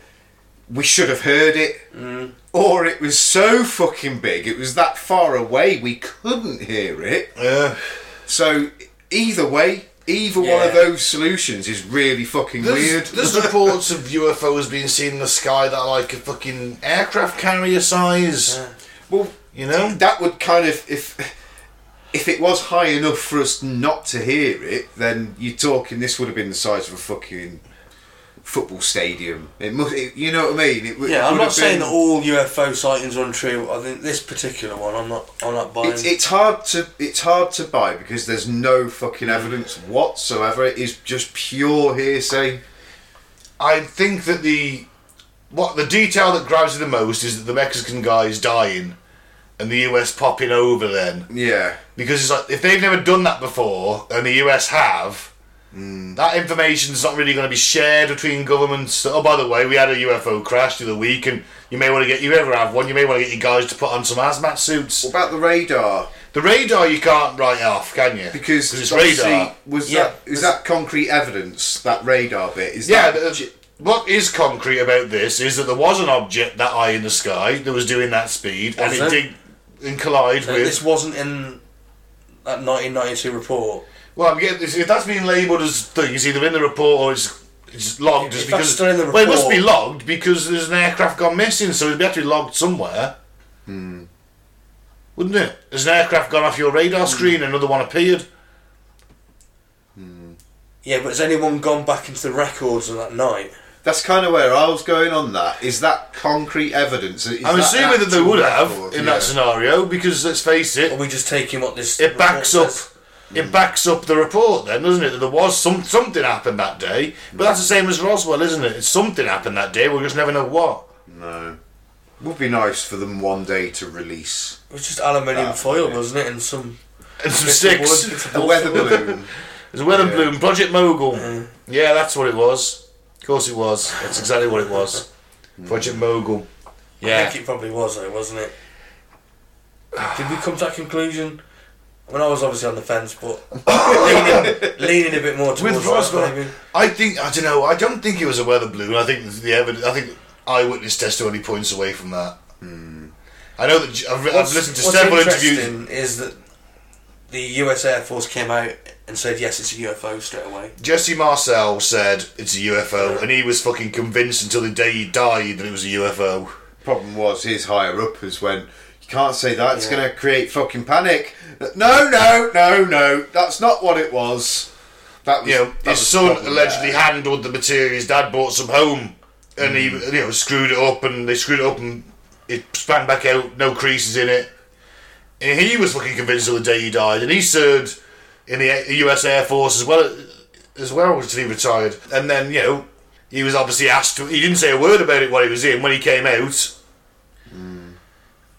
C: we should have heard it,
B: Mm.
C: or it was so fucking big it was that far away we couldn't hear it.
A: Yeah.
C: So either way, either one
B: Yeah.
C: of those solutions is really fucking weird.
A: There's, there's reports of UFOs being seen in the sky that are like a fucking aircraft carrier size.
C: well,
A: You know?
C: that would kind of if. If it was high enough for us not to hear it, then you're talking. This would have been the size of a fucking football stadium. It must, it, you know what I mean? It, would-
B: Yeah, I'm
C: would
B: not
C: have
B: saying
C: been-
B: that all UFO sightings are untrue. I think this particular one, I'm not, I'm not buying.
C: It's, it's hard to it's hard to buy because there's no fucking evidence whatsoever. It is just pure hearsay.
A: I think that the what the detail that grabs you the most is that the Mexican guy is dying and the US popping over then.
C: Yeah,
A: Because it's like if they've never done that before and the US have that information's not really going to be shared between governments. Oh, by the way, we had a UFO crash the other week, and you may want to get you ever have one. You may want to get your guys to put on some hazmat suits.
C: What about the radar?
A: The radar you can't write off, can you?
C: Because
A: it's
C: obviously,
A: radar.
C: Was
B: Yeah.
C: that is that concrete evidence? That radar bit is
A: Yeah.
C: that,
A: the- what is concrete about this is that there was an object that high in the sky that was doing that speed, and
B: Was
A: it
B: there?
A: did and collide
B: Like,
A: with.
B: this wasn't in that 1992 report.
A: well, I'm getting this. If that's being labelled as thing, it's either in the report or it's. It's logged
B: If
A: just
B: that's
A: because.
B: still in the
A: well, it must be
B: report-
A: logged because there's an aircraft gone missing, so it'd have to be logged somewhere.
B: Hmm.
A: Wouldn't it? There's an aircraft gone off your radar
B: Hmm.
A: screen, another one appeared.
B: Yeah, but has anyone gone back into the records of that night?
C: that's kind of where I was going on. That is that concrete evidence. Is
A: I'm
C: that
A: assuming that they
C: actual
A: would have
C: record?
A: in
C: Yeah.
A: that scenario because let's face it,
B: Or are we just taking what this?
A: it backs
B: report
A: up
B: says? Hmm.
A: it backs up the report then doesn't it that there was some something happened that day but that's the same as Roswell isn't it it's something happened that day we just never know what
C: No, would be nice for them one day to release
B: It was just aluminium
C: Ah,
B: foil,
C: yeah.
B: wasn't it? And some
A: and some
B: bits of
A: sticks
B: wood, bits of
C: a
B: wood.
C: weather balloon.
A: there's a weather
C: Yeah.
A: balloon Project Mogul
B: Hmm.
A: yeah that's what it was of course it was that's exactly what it was Project Mogul
B: Hmm. I
A: yeah
B: think it probably was though, wasn't it? Did we come to that conclusion? I mean, I was obviously on the fence, but leaning, leaning a bit more towards
A: with
B: that,
A: Roswell
B: maybe.
A: I think I don't know I don't think it was a weather balloon I think the evidence I think eyewitness testimony points away from that I know that I've, I've
B: Hmm. What's-
A: listened to
B: what's
A: several interviews
B: interesting Is that the U.S. Air Force came out and said yes, it's a UFO straight away.
A: Jesse Marcel said it's a UFO, and he was fucking convinced until the day he died that it was a UFO.
C: problem was his higher uppers when you can't say that it's
B: Yeah.
C: going to create fucking panic. No, no, no, no. That's not what it was. That was
A: You know,
C: that
A: his
C: was
A: son
C: probably
A: allegedly
C: there.
A: handled the material. His dad bought some home, and he you know screwed it up, and they screwed it up, and it span back out, no creases in it. And he was fucking convinced until the day he died, and he served in the A- U.S. Air Force as well as well until he retired. And then you know he was obviously asked. To, he didn't say a word about it while he was in. When he came out,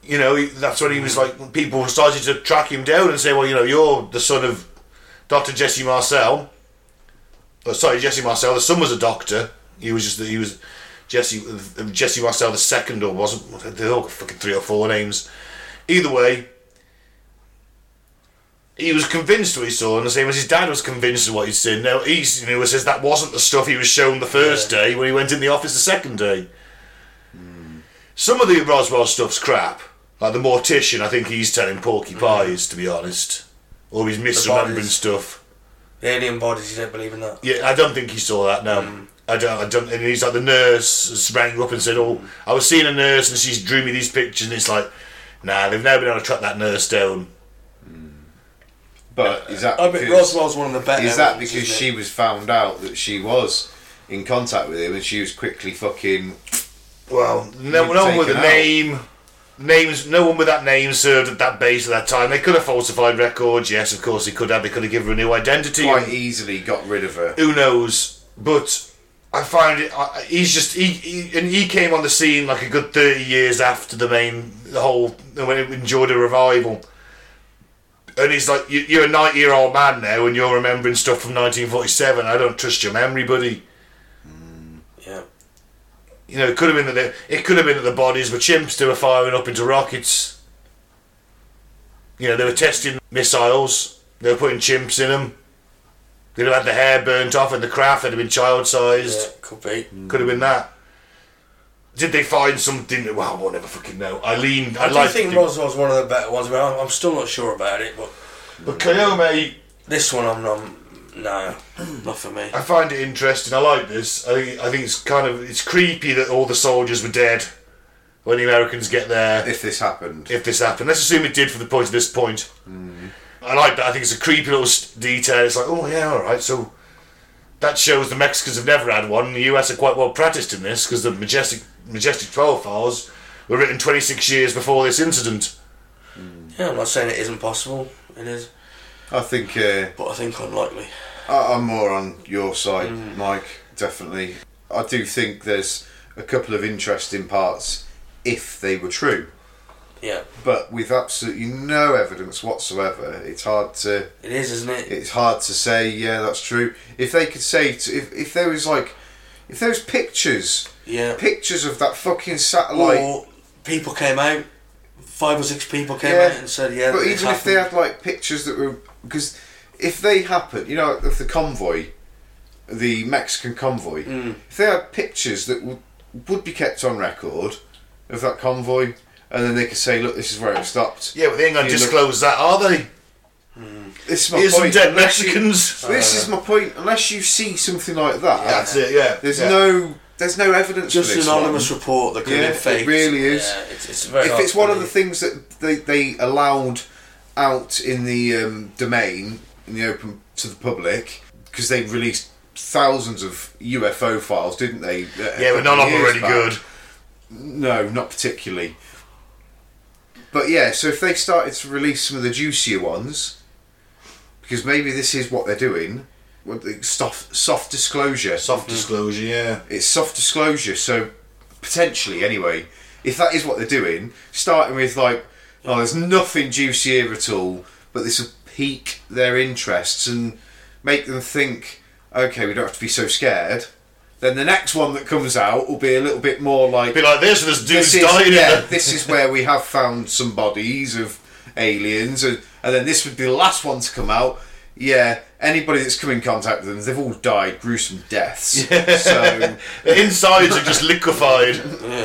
A: you know, he- that's when he was like, people started to track him down and say, well, you know, you're the son of Dr. Jesse Marcel. Oh, sorry, Jesse Marcel. The son was a doctor. He was just, he was Jesse Jesse Marcel the second, or wasn't? They all got fucking three or four names. Either way, he was convinced what he saw, and the same as his dad was convinced of what he'd seen. Now he you know, says that wasn't the stuff he was shown the first day when he went in the office the second day. Some of the Roswell stuff's crap. Like the mortician, I think he's telling Porky Pies, to be honest. Or he's misremembering
B: bodies.
A: stuff.
B: The alien bodies, you don't believe in that.
A: Yeah, I don't think he saw that. No, I don't. I don't. And he's like the nurse rang up and said, "Oh, I was seeing a nurse, and she drew me these pictures." And it's like, nah, they've never been able to track that nurse down.
C: But is that
B: I bet
C: because,
B: Roswell's one of the better.
C: is that
B: ones,
C: because
B: isn't it?
C: she was found out that she was in contact with him and she was quickly fucking
A: Well, no,
C: You've
A: no one with a
C: taken out.
A: name, names, no one with that name served at that base at that time. They could have falsified records. Yes, of course they could have. They could have given her a new identity.
C: quite easily got rid of her?
A: Who knows? But I find it. I, he's just he, he and he came on the scene like a good thirty years after the main the whole when it enjoyed a revival. And he's like, you, you're a ninety-year-old man now, and you're remembering stuff from 1947. I don't trust your memory, buddy.
B: Yeah.
A: You know, it could have been that the, it could have been that the bodies were chimps they were firing up into rockets. You know, they were testing missiles. They were putting chimps in them. They'd have had the hair burnt off, and the craft had been child-sized.
B: yeah, could be.
A: Could have been that. Did they find something? that- Well, we'll never fucking know. I leaned. I,
B: I do
A: like
B: think
A: think
B: Roswell's one of the better ones, but I'm, I'm still not sure about it. But
A: but Koyome.
B: this one, I'm not. No, not for me.
A: I find it interesting. I like this. I think. I think it's kind of it's creepy that all the soldiers were dead when the Americans get there.
C: If this happened,
A: if this happened. Let's assume it did for the point of this point. I like that. I think it's a creepy little s- detail. It's like, oh yeah, all right. So that shows the Mexicans have never had one. The US are quite well practiced in this because the majestic majestic profiles were written 26 years before this incident.
B: Yeah, I'm not saying it isn't possible. It is,
C: I think uh,
B: but I think unlikely.
C: I- I'm more on your side, Mike. Definitely, I do think there's a couple of interesting parts if they were true,
B: Yeah,
C: but with absolutely no evidence whatsoever, it's hard to
B: it is, isn't it?
C: it's hard to say. Yeah, that's true. If they could say, to, if if there was like, if there was pictures,
B: Yeah.
C: pictures of that fucking satellite.
B: Or people came out. Five or six people came
C: Yeah.
B: out and said, "Yeah."
C: But
B: it
C: even if they
B: happened.
C: had like pictures that were because if they happen, you know, of the convoy, the Mexican convoy,
A: Mm.
C: if they had pictures that would would be kept on record of that convoy, and then they could say, look, this is where it stopped.
A: Yeah, but they ain't gonna
C: You look-
A: disclose that, are they?
C: This is my
A: Here's some
C: point.
A: dead
C: unless you-
A: Mexicans.
C: this is my point. Unless you see something like that,
A: That's it. Yeah.
C: There's
A: yeah.
C: no there's no evidence.
B: just
C: for this
B: an anonymous
C: one.
B: report that could
C: Yeah,
B: have
C: it
B: been faked.
C: really is.
B: Yeah, it's, it's very
C: If
B: hard
C: it's
B: to
C: one of the
B: believe.
C: things that they they allowed out in the um, domain in the open to the public because they released thousands of UFO files, didn't they?
A: Yeah, but none of them are really good.
C: No, not particularly. But yeah, so if they started to release some of the juicier ones, because maybe this is what they're doing, what the soft soft disclosure,
A: Soft disclosure. Yeah.
C: it's soft disclosure, so potentially, anyway, if that is what they're doing, starting with like, oh, there's nothing juicy here at all, but this will pique their interests and make them think, okay, we don't have to be so scared. Then the next one that comes out will be a little bit more like,
A: Be like this. This dude's
C: this is,
A: dying. in
C: yeah,
A: the-
C: this is where we have found some bodies of aliens, and, and then this would be the last one to come out. Yeah, anybody that's come in contact with them, they've all died gruesome deaths. So
A: the insides are just liquefied.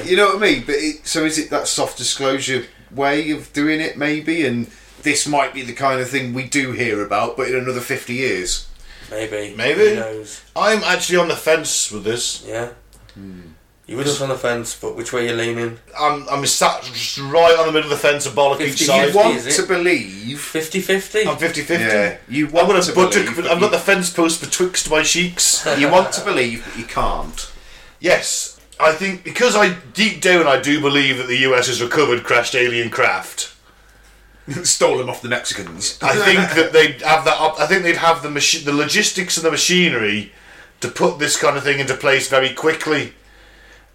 C: you know what I mean? But it, so is it that soft disclosure way of doing it, maybe? And this might be the kind of thing we do hear about, but in another fifty years.
B: maybe,
A: Maybe.
B: who knows?
A: I'm actually on the fence with this.
B: Yeah,
C: Hmm.
B: you were just on the fence, but which way you're leaning?
A: I'm, I'm sat just right on the middle of the fence, a ball of each
B: Fifty-
A: side.
C: You want
B: is it?
C: to believe?
B: 50-50?
A: I'm 50 50.
C: Yeah, you
A: I've
C: want
A: got
C: to
A: a buttock,
C: believe.
A: but
C: but
A: I've got the fence post betwixt my cheeks.
C: you, you want to believe, but you can't.
A: yes, I think because I deep down I do believe that the US has recovered crashed alien craft.
C: Stole them off the Mexicans.
A: I think that they'd have that. Up, I think they'd have the machi- the logistics and the machinery to put this kind of thing into place very quickly.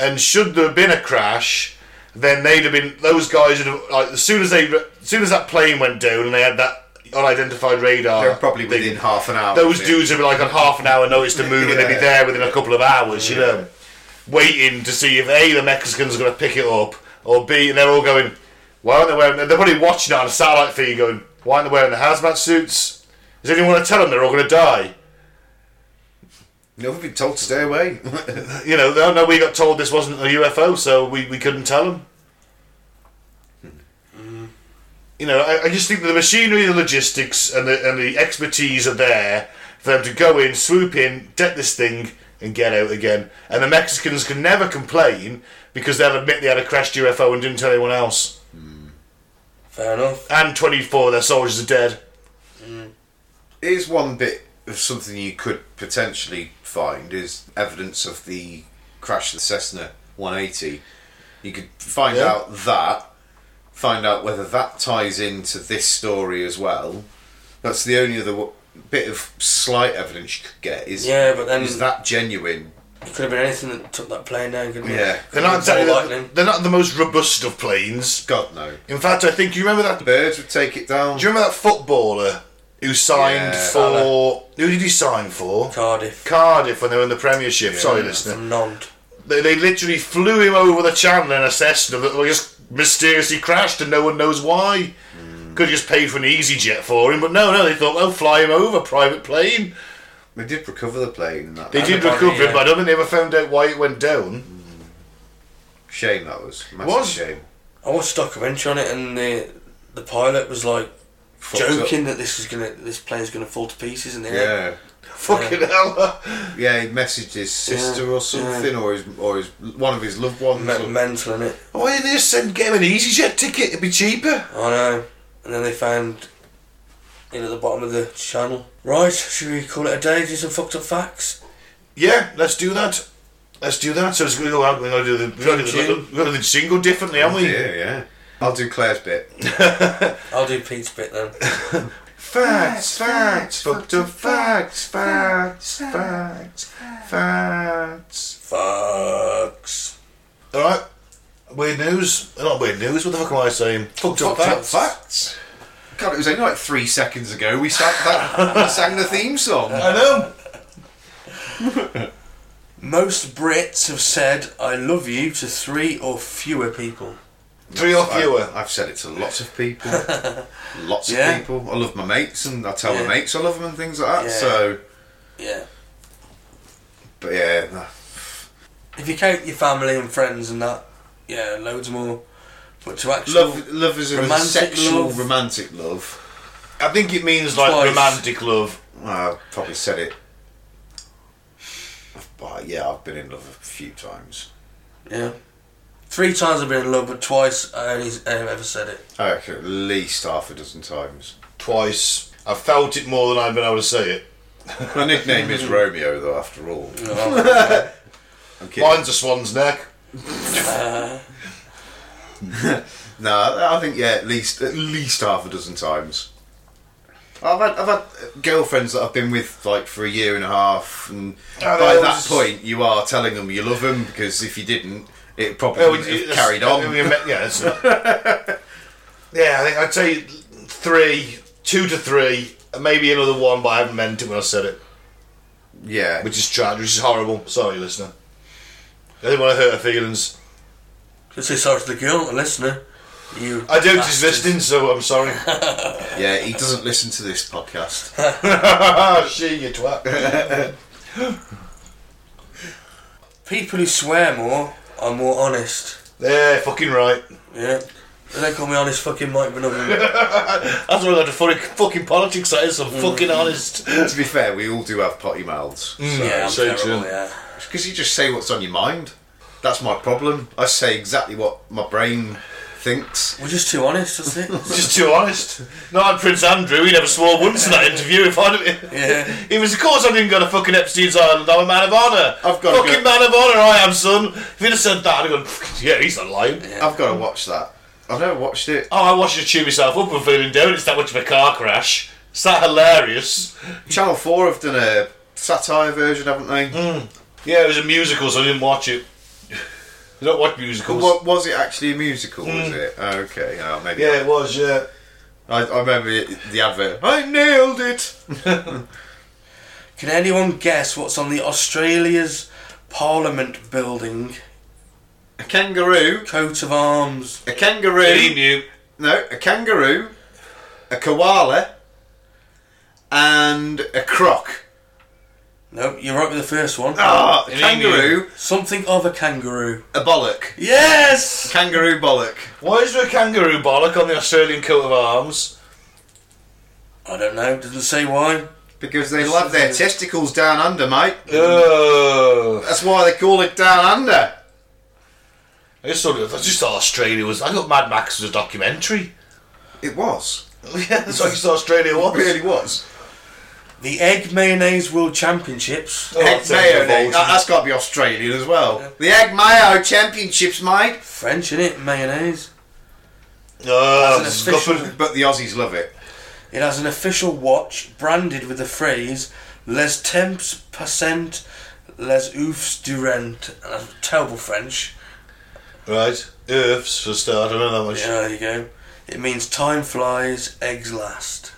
A: And should there have been a crash, then they'd have been those guys would have like as soon as they re- as soon as that plane went down and they had that unidentified radar.
C: They're probably
A: thing,
C: within half an hour.
A: Those
C: of it.
A: dudes would be like on half an hour notice to move, and they'd be
C: Yeah.
A: there within a couple of hours. You know, waiting to see if a the Mexicans are going to pick it up, or b and they're all going. Why aren't they wearing? They're probably watching it on a satellite feed, going, "Why aren't they wearing the hazmat suits? Does anyone want to tell them they're all going to die?"
C: Never been told to stay away.
A: You know, no, no, we got told this wasn't a UFO, so we, we couldn't tell them. You know, I, I just think that the machinery, the logistics, and the and the expertise are there for them to go in, swoop in, deck this thing, and get out again. And the Mexicans can never complain because they'll admit they had a crashed UFO and didn't tell anyone else.
B: Fair enough.
A: And 24 of their soldiers are dead.
C: Here's one bit of something you could potentially find is evidence of the crash of the Cessna 180. You could find
A: Yeah.
C: out that, find out whether that ties into this story as well. That's the only other w- bit of slight evidence you could get. Is
B: Yeah, but then-
C: is that genuine?
B: It could have been anything that took that plane down, couldn't it?
C: Yeah.
A: They're not
B: It's all
A: exactly the,
B: lightning.
A: they're not the most robust of planes.
C: God no.
A: In fact, I think you remember that. Do
C: Birds would take it down.
A: you remember that footballer who signed
C: Yeah,
A: for? Who did he sign for?
B: Cardiff.
A: Cardiff when they were in the Premiership. Sorry, listener.
B: From Nond.
A: They, they literally flew him over the channel in a Cessna that just mysteriously crashed and no one knows why.
C: Hmm.
A: Could have just paid for an easy jet for him, but no, no, they thought, well, fly him over, private plane.
C: They did recover the plane. And that
A: They did
B: body,
A: recover
B: yeah.
A: him, but I don't think they ever found out why it went down.
C: Shame that was. Massive
A: Was.
C: shame.
B: I watched a documentary on it, and the the pilot was like
C: Fucked
B: joking that this is gonna this plane's gonna fall to pieces in the
C: Up.
B: air.
C: Yeah.
A: Fucking hell.
C: Yeah, he messaged his sister
B: Yeah,
C: or something, or his or his one of his loved ones.
B: Me-
C: or-
B: mental in it.
A: Why didn't they just send, get him an EasyJet ticket? It'd be cheaper.
B: I know. And then they found it at the bottom of the channel. Right, should we call it a day? Do some fucked up facts.
A: Yeah, let's do that. Let's do that. So it's going to go out. We're going to do the we're going to do the,
B: Tune.
A: we're going to do the single differently, haven't we?
C: yeah, yeah. I'll do Claire's bit.
B: I'll do Pete's bit then.
A: Facts, facts, fucked up facts, facts, facts, facts.
B: Fucks.
A: All right. Weird news. Not weird news. What the fuck am I saying? Fucked up
C: Fucked up
A: facts.
C: facts. God, it was only like three seconds ago we sang that. we sang the theme song.
A: I know.
B: Most Brits have said "I love you" to three or fewer people.
A: Three or fewer.
C: I, have said it to lots of people. lots
B: Yeah.
C: of people. I love my mates, and I tell
B: Yeah.
C: my mates I love them and things like that.
B: Yeah.
C: So,
B: Yeah.
C: but yeah, nah.
B: If you count your family and friends and that, yeah, loads more. But to actually
C: love, love is a
B: romantic
C: sexual
B: love.
C: romantic love.
A: I think it means like
B: Twice.
A: romantic love.
C: Well, I've probably said it. But yeah, I've been in love a few times.
B: Yeah. Three times I've been in love, but twice I only I have ever said it.
C: I reckon Oh, at least half a dozen times.
A: Twice. I felt it more than I've been able to say it.
C: My nickname is Romeo, though. After all,
B: Oh.
C: I'm kidding.
A: Mine's a swan's neck.
B: Uh,
C: No, I I think yeah, at least at least half a dozen times. I've had I've had girlfriends that I've been with like for a year and a half, and
A: Oh,
C: by
A: that
C: that
A: was-
C: point you are telling them you love them because if you didn't, it probably
A: Oh,
C: wouldn't
A: it-
C: have
A: it's-
C: carried on.
A: we met- yeah, it's- yeah, I think I'd say three, two to three, and maybe another one, but I haven't meant it when I said it,
C: yeah,
A: which is tragic, which is horrible. Sorry, listener. I didn't want to hurt her feelings.
B: Just say sorry to the girl, the listener. You.
A: I doubt she's
B: bastard.
A: listening, so I'm sorry.
C: yeah, he doesn't listen to this podcast.
A: she, you twat.
B: People who swear more are more honest.
A: Yeah, fucking right.
B: Yeah. They don't call me honest fucking Mike Minogue.
A: That's why I got to fucking, fucking politics, that is, I'm fucking honest.
C: to be fair, we all do have potty mouths
B: yeah, I'm
A: so
B: terrible.
A: true.
B: Yeah.
C: because you just say what's on your mind. That's my problem. I say exactly what my brain thinks.
B: We're just too honest. That's it.
A: Just too honest. Not like Prince Andrew, he never swore once in that interview. If I'd have,
B: Yeah.
A: he was, of course, I didn't go to fucking Epstein's Island. I'm a man of honour.
C: I've got a
A: fucking
C: good-
A: man of honour. I am, son. If he'd have said that, I'd have gone. "Fucking Yeah, he's not lying.
C: I've got to watch that. I've never watched it.
A: Oh, I watched you chew myself up and feeling down. It's that much of a car crash. It's that hilarious.
C: Channel Four have done a satire version, haven't they?
A: Mm. Yeah, it was a musical, so I didn't watch it. I don't watch musicals.
C: What was it actually a musical? Was it? Oh, okay, oh, maybe.
A: it was. Mm. Yeah.
C: I, I remember it- the advert. I nailed it.
B: Can anyone guess what's on the Australia's Parliament building?
C: A kangaroo.
B: Coat of arms.
C: A kangaroo.
A: He knew.
C: No, a kangaroo. A koala. And a croc.
B: Nope, you're right with the first one.
A: Oh,
C: Ah, a
A: An
C: kangaroo.
B: Something of a kangaroo.
C: A bollock.
B: Yes!
C: Kangaroo bollock.
A: Why is there a kangaroo bollock on the Australian coat of arms?
B: I don't know, doesn't say why.
C: Because they love their testicles down under, mate.
A: Ugh.
C: That's why they call it down under.
A: I just thought, I just thought Australia was. I thought Mad Max was a documentary.
C: It was.
A: Yeah, that's what I just thought Australia was.
C: It really was.
B: The Egg Mayonnaise World Championships.
A: Oh,
C: egg Uh,
A: that's
C: mayo.
A: revolting.
C: That, that's got to be Australian as well. The egg mayo championships, mate.
B: French, innit? Mayonnaise.
A: Ah,
B: That's an official-
A: scuppin'.
C: But the Aussies love it.
B: It has an official watch branded with the phrase Les Temps Percent Les Oeufs du Rent. And that's terrible French.
A: Right. Earths for a start. I don't know that much.
B: Yeah, there you go. It means time flies, eggs last.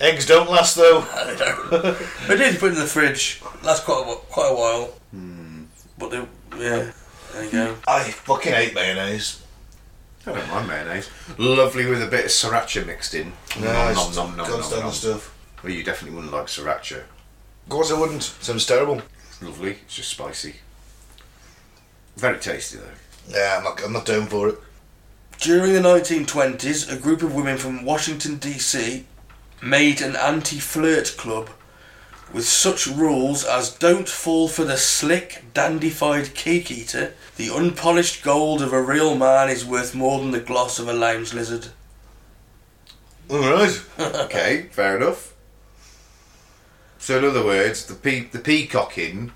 A: Eggs don't last though.
B: I don't know. but did put it in the fridge. Lasts quite a, wh- quite a while. But they, yeah, there you go.
A: I fucking hate mayonnaise.
C: I don't mind mayonnaise. Lovely with a bit of sriracha mixed in. nom, nom, nom, nom,
A: can't
C: nom,
A: stand
C: nom.
A: the stuff.
C: Well, you definitely wouldn't like sriracha.
A: Of course I wouldn't. Sounds terrible.
C: It's lovely. It's just spicy. Very tasty though.
A: Yeah, I'm not, I'm not down for it.
B: During the 1920s, a group of women from Washington, D.C. made an anti flirt club with such rules as don't fall for the slick, dandified cake eater. The unpolished gold of a real man is worth more than the gloss of a lounge lizard.
A: All right.
C: Okay, fair enough. So in other words, the pe- the peacocking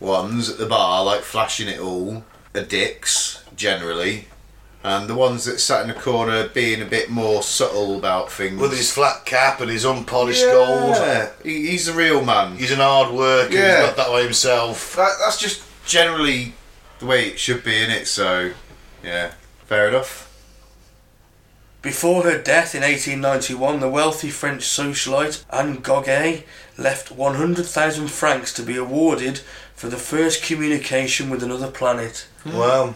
C: ones at the bar, like flashing it all, are dicks generally, and the ones that sat in the corner being a bit more subtle about things.
A: With his flat cap and his unpolished gold.
C: Yeah, he, he's a real man.
A: He's an hard worker.
C: Yeah.
A: He's not that way himself.
C: That, that's just generally the way it should be in it. So, yeah, fair enough.
B: Before her death in 1891, the wealthy French socialite Anne Goguet left 100,000 francs to be awarded for the first communication with another planet.
A: Wow.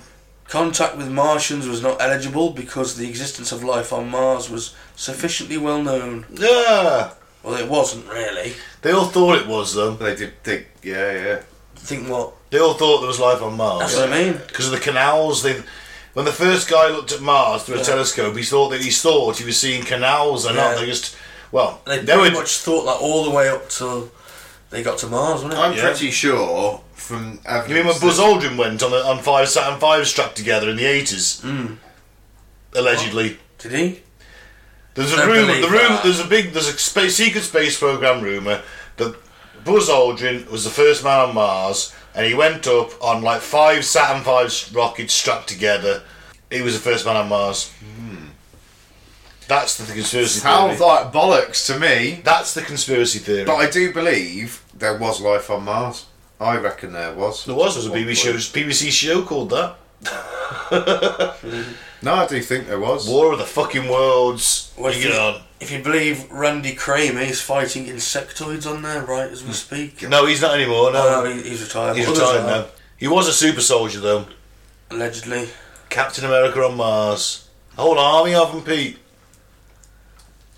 B: Contact with Martians was not eligible because the existence of life on Mars was sufficiently well known.
A: Yeah.
B: Well, it wasn't really.
A: They all thought it was though.
C: They did think, yeah, yeah.
B: Think what?
A: They all thought there was life on Mars.
B: That's what I mean.
A: because of the canals. They, when the first guy looked at Mars through a telescope, he thought that he thought he was seeing canals or not.
B: Yeah.
A: They just, well,
B: They
A: they,
B: pretty
A: were
B: much thought that all the way up till they got to Mars, wasn't it?
C: I'm
A: Yeah.
C: pretty sure from evidence.
A: You mean when
C: that-
A: Buzz Aldrin went on the, on five Saturn five struck together in the eighties?
B: Mm.
A: Allegedly,
B: Did he?
A: there's a
B: Don't
A: rumor.
B: believe
A: The rumor
B: that.
A: there's a big there's a space, secret space program rumor that Buzz Aldrin was the first man on Mars, and he went up on like five Saturn five rockets struck together. He was the first man on Mars. That's the conspiracy theory.
C: Sounds like bollocks to me.
A: That's the conspiracy theory.
C: But I do believe there was life on Mars. I reckon there was.
A: there was, there was a BBC show, BBC show called that.
C: No, I do think there was.
A: War of the fucking Worlds.
B: Well,
A: you
B: if,
A: get
B: you,
A: on.
B: if you believe Randy Kramer is fighting insectoids on there, right, as we speak.
A: No, he's not anymore,
B: Oh,
A: no.
B: no, he- he's retired.
A: Hmm. he's
B: Others
A: retired
B: are,
A: now. He was a super soldier, though.
B: Allegedly.
A: Captain America on Mars. A whole army of them, Pete.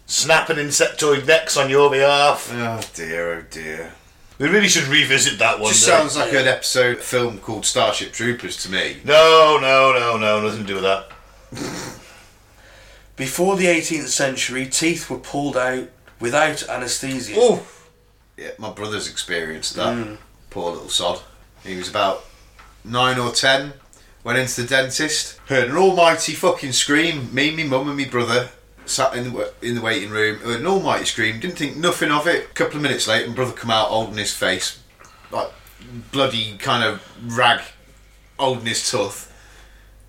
A: Snapping insectoid necks on your behalf.
C: Oh dear, oh dear.
A: We really should revisit that one
C: Just
A: day.
C: sounds like an episode of a film called Starship Troopers to me.
A: No, no, no, no, nothing to do with that.
B: Before the 18th century, teeth were pulled out without anaesthesia.
A: Oh,
C: Yeah, my brother's experienced that. Poor little sod. He was about nine or ten. Went into the dentist. Heard an almighty fucking scream. Me, me mum, and me brother sat in the, wa- in the waiting room. Heard an almighty scream. Didn't think nothing of it. A couple of minutes later, my brother come out holding his face, like bloody kind of rag, holding his tooth.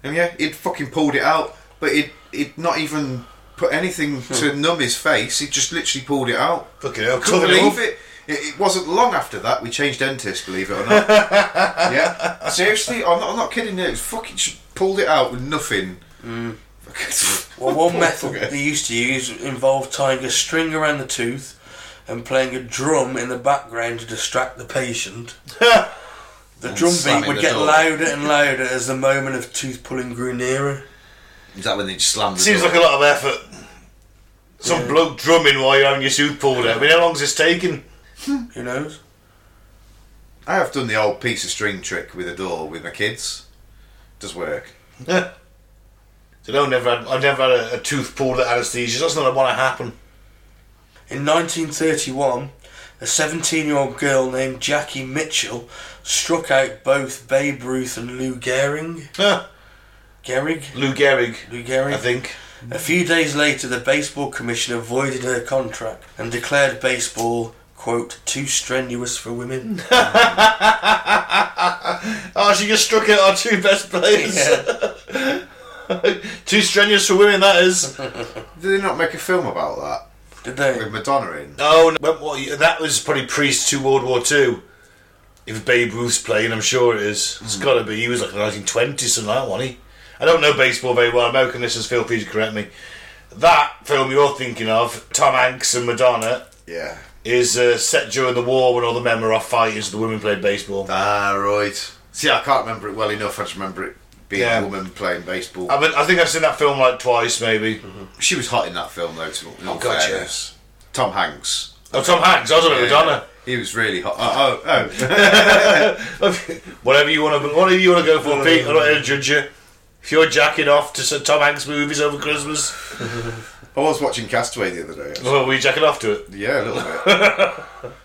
C: And yeah, he'd fucking pulled it out, but it it not even put anything to numb his face. He just literally pulled it out.
A: fucking hell.
C: Couldn't
A: covered
C: believe
A: up.
C: it. it. It wasn't long after that we changed dentists, believe it or not. yeah, seriously, I'm not, I'm not kidding. you. It was fucking just pulled it out with nothing.
A: Mm.
B: Well, one
C: Poor
B: method
C: fucker.
B: they used to use involved tying a string around the tooth and playing a drum in the background to distract the patient. the drum beat
C: slamming
B: would
C: the
B: get
C: door.
B: louder and louder as the moment of tooth pulling grew nearer.
C: Is that when they just slammed? The
A: Seems
C: door?
A: like a lot of effort. Some bloke drumming while you're having your suit pulled out. I mean, how long's this taking?
B: Who knows?
C: I have done the old piece of string trick with a door with my kids. Does work.
A: Yeah. So no, never had, I've never had a, a tooth pulled at anaesthesia. That's not want to happen.
B: In 1931, a 17 year old girl named Jackie Mitchell struck out both Babe Ruth and Lou Gehrig.
A: Huh.
B: Gehrig?
A: Lou Gehrig,
B: Lou Gehrig?
A: I think.
B: A few days later, the baseball commissioner voided her contract and declared baseball, quote, too strenuous for women.
A: Oh, she just struck out our two best players. Too strenuous for women, that is.
C: Did they not make a film about that
B: Did they?
C: with Madonna in?
A: Oh, no. When, what, that was probably priest to World War Two. If Babe Ruth's playing, I'm sure it is. It's got to be. He was like the 1920s, something like that, wasn't he? I don't know baseball very well. American listeners, feel free to correct me. That film you're thinking of, Tom Hanks and Madonna,
C: Yeah.
A: is uh, set during the war when all the men were off fighters, the women played baseball.
C: Ah, right. See, I can't remember it well enough. I just remember it being
A: Yeah. Um,
C: a woman playing baseball.
A: I, mean, I think I've seen that film like twice, maybe.
C: she was hot in that film, though. To, in all
A: God,
C: fairness. Tom Hanks.
A: Oh, Tom Hanks, I was about Madonna.
C: He was really hot. Oh, oh, oh.
A: whatever you want to, whatever you want to go for, Pete. I'm not here to judge you. If you're jacking off to some Tom Hanks movies over Christmas,
C: I was watching Castaway the other day. actually.
A: well, we jacking off to it.
C: Yeah, a little bit.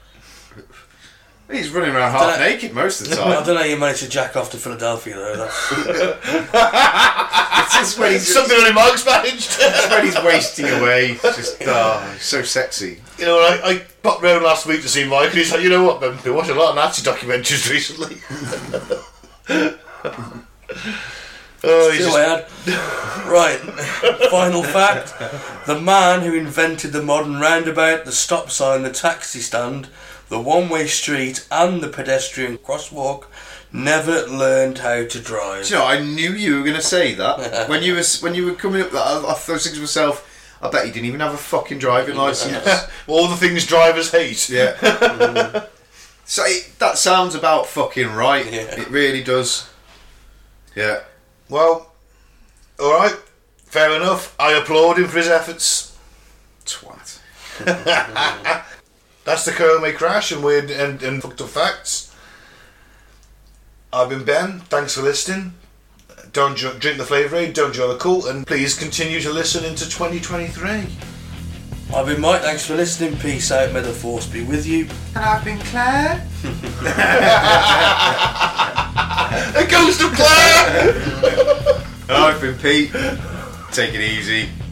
C: He's running around half
B: Dunno.
C: naked most of the
B: I
C: time.
B: don't know how you managed to jack off to Philadelphia though. That's,
C: it's just when he's, just
A: Something on Mark's managed.
C: when he's wasting away. It's just ah, he's so sexy.
A: you know, I, I popped round last week to see Mike, and he's like, you know what, Ben, been watching a lot of Nazi documentaries recently. oh, he's
B: Still
A: just,
B: had. Right, final fact. The man who invented the modern roundabout, the stop sign, the taxi stand, the one way street, and the pedestrian crosswalk never learned how to drive.
C: Do you know, I knew you were going to say that when you was when you were coming up. That I, I was thinking to myself, I bet he didn't even have a fucking driving license.
A: all the things drivers hate.
C: yeah. so it, that sounds about fucking right.
B: Yeah.
C: It really does. Yeah.
A: Well, all right, fair enough. I applaud him for his efforts.
C: Twat.
A: That's the Kome crash and weird and, and fucked up facts. I've been Ben. Thanks for listening. Don't ju- drink the flavour aid. Don't join the cult, and please continue to listen into 2023.
B: I've been Mike, thanks for listening. Peace out, may the force be with you.
C: And I've been Claire.
A: The ghost of Claire.
C: I've been Pete. Take it easy.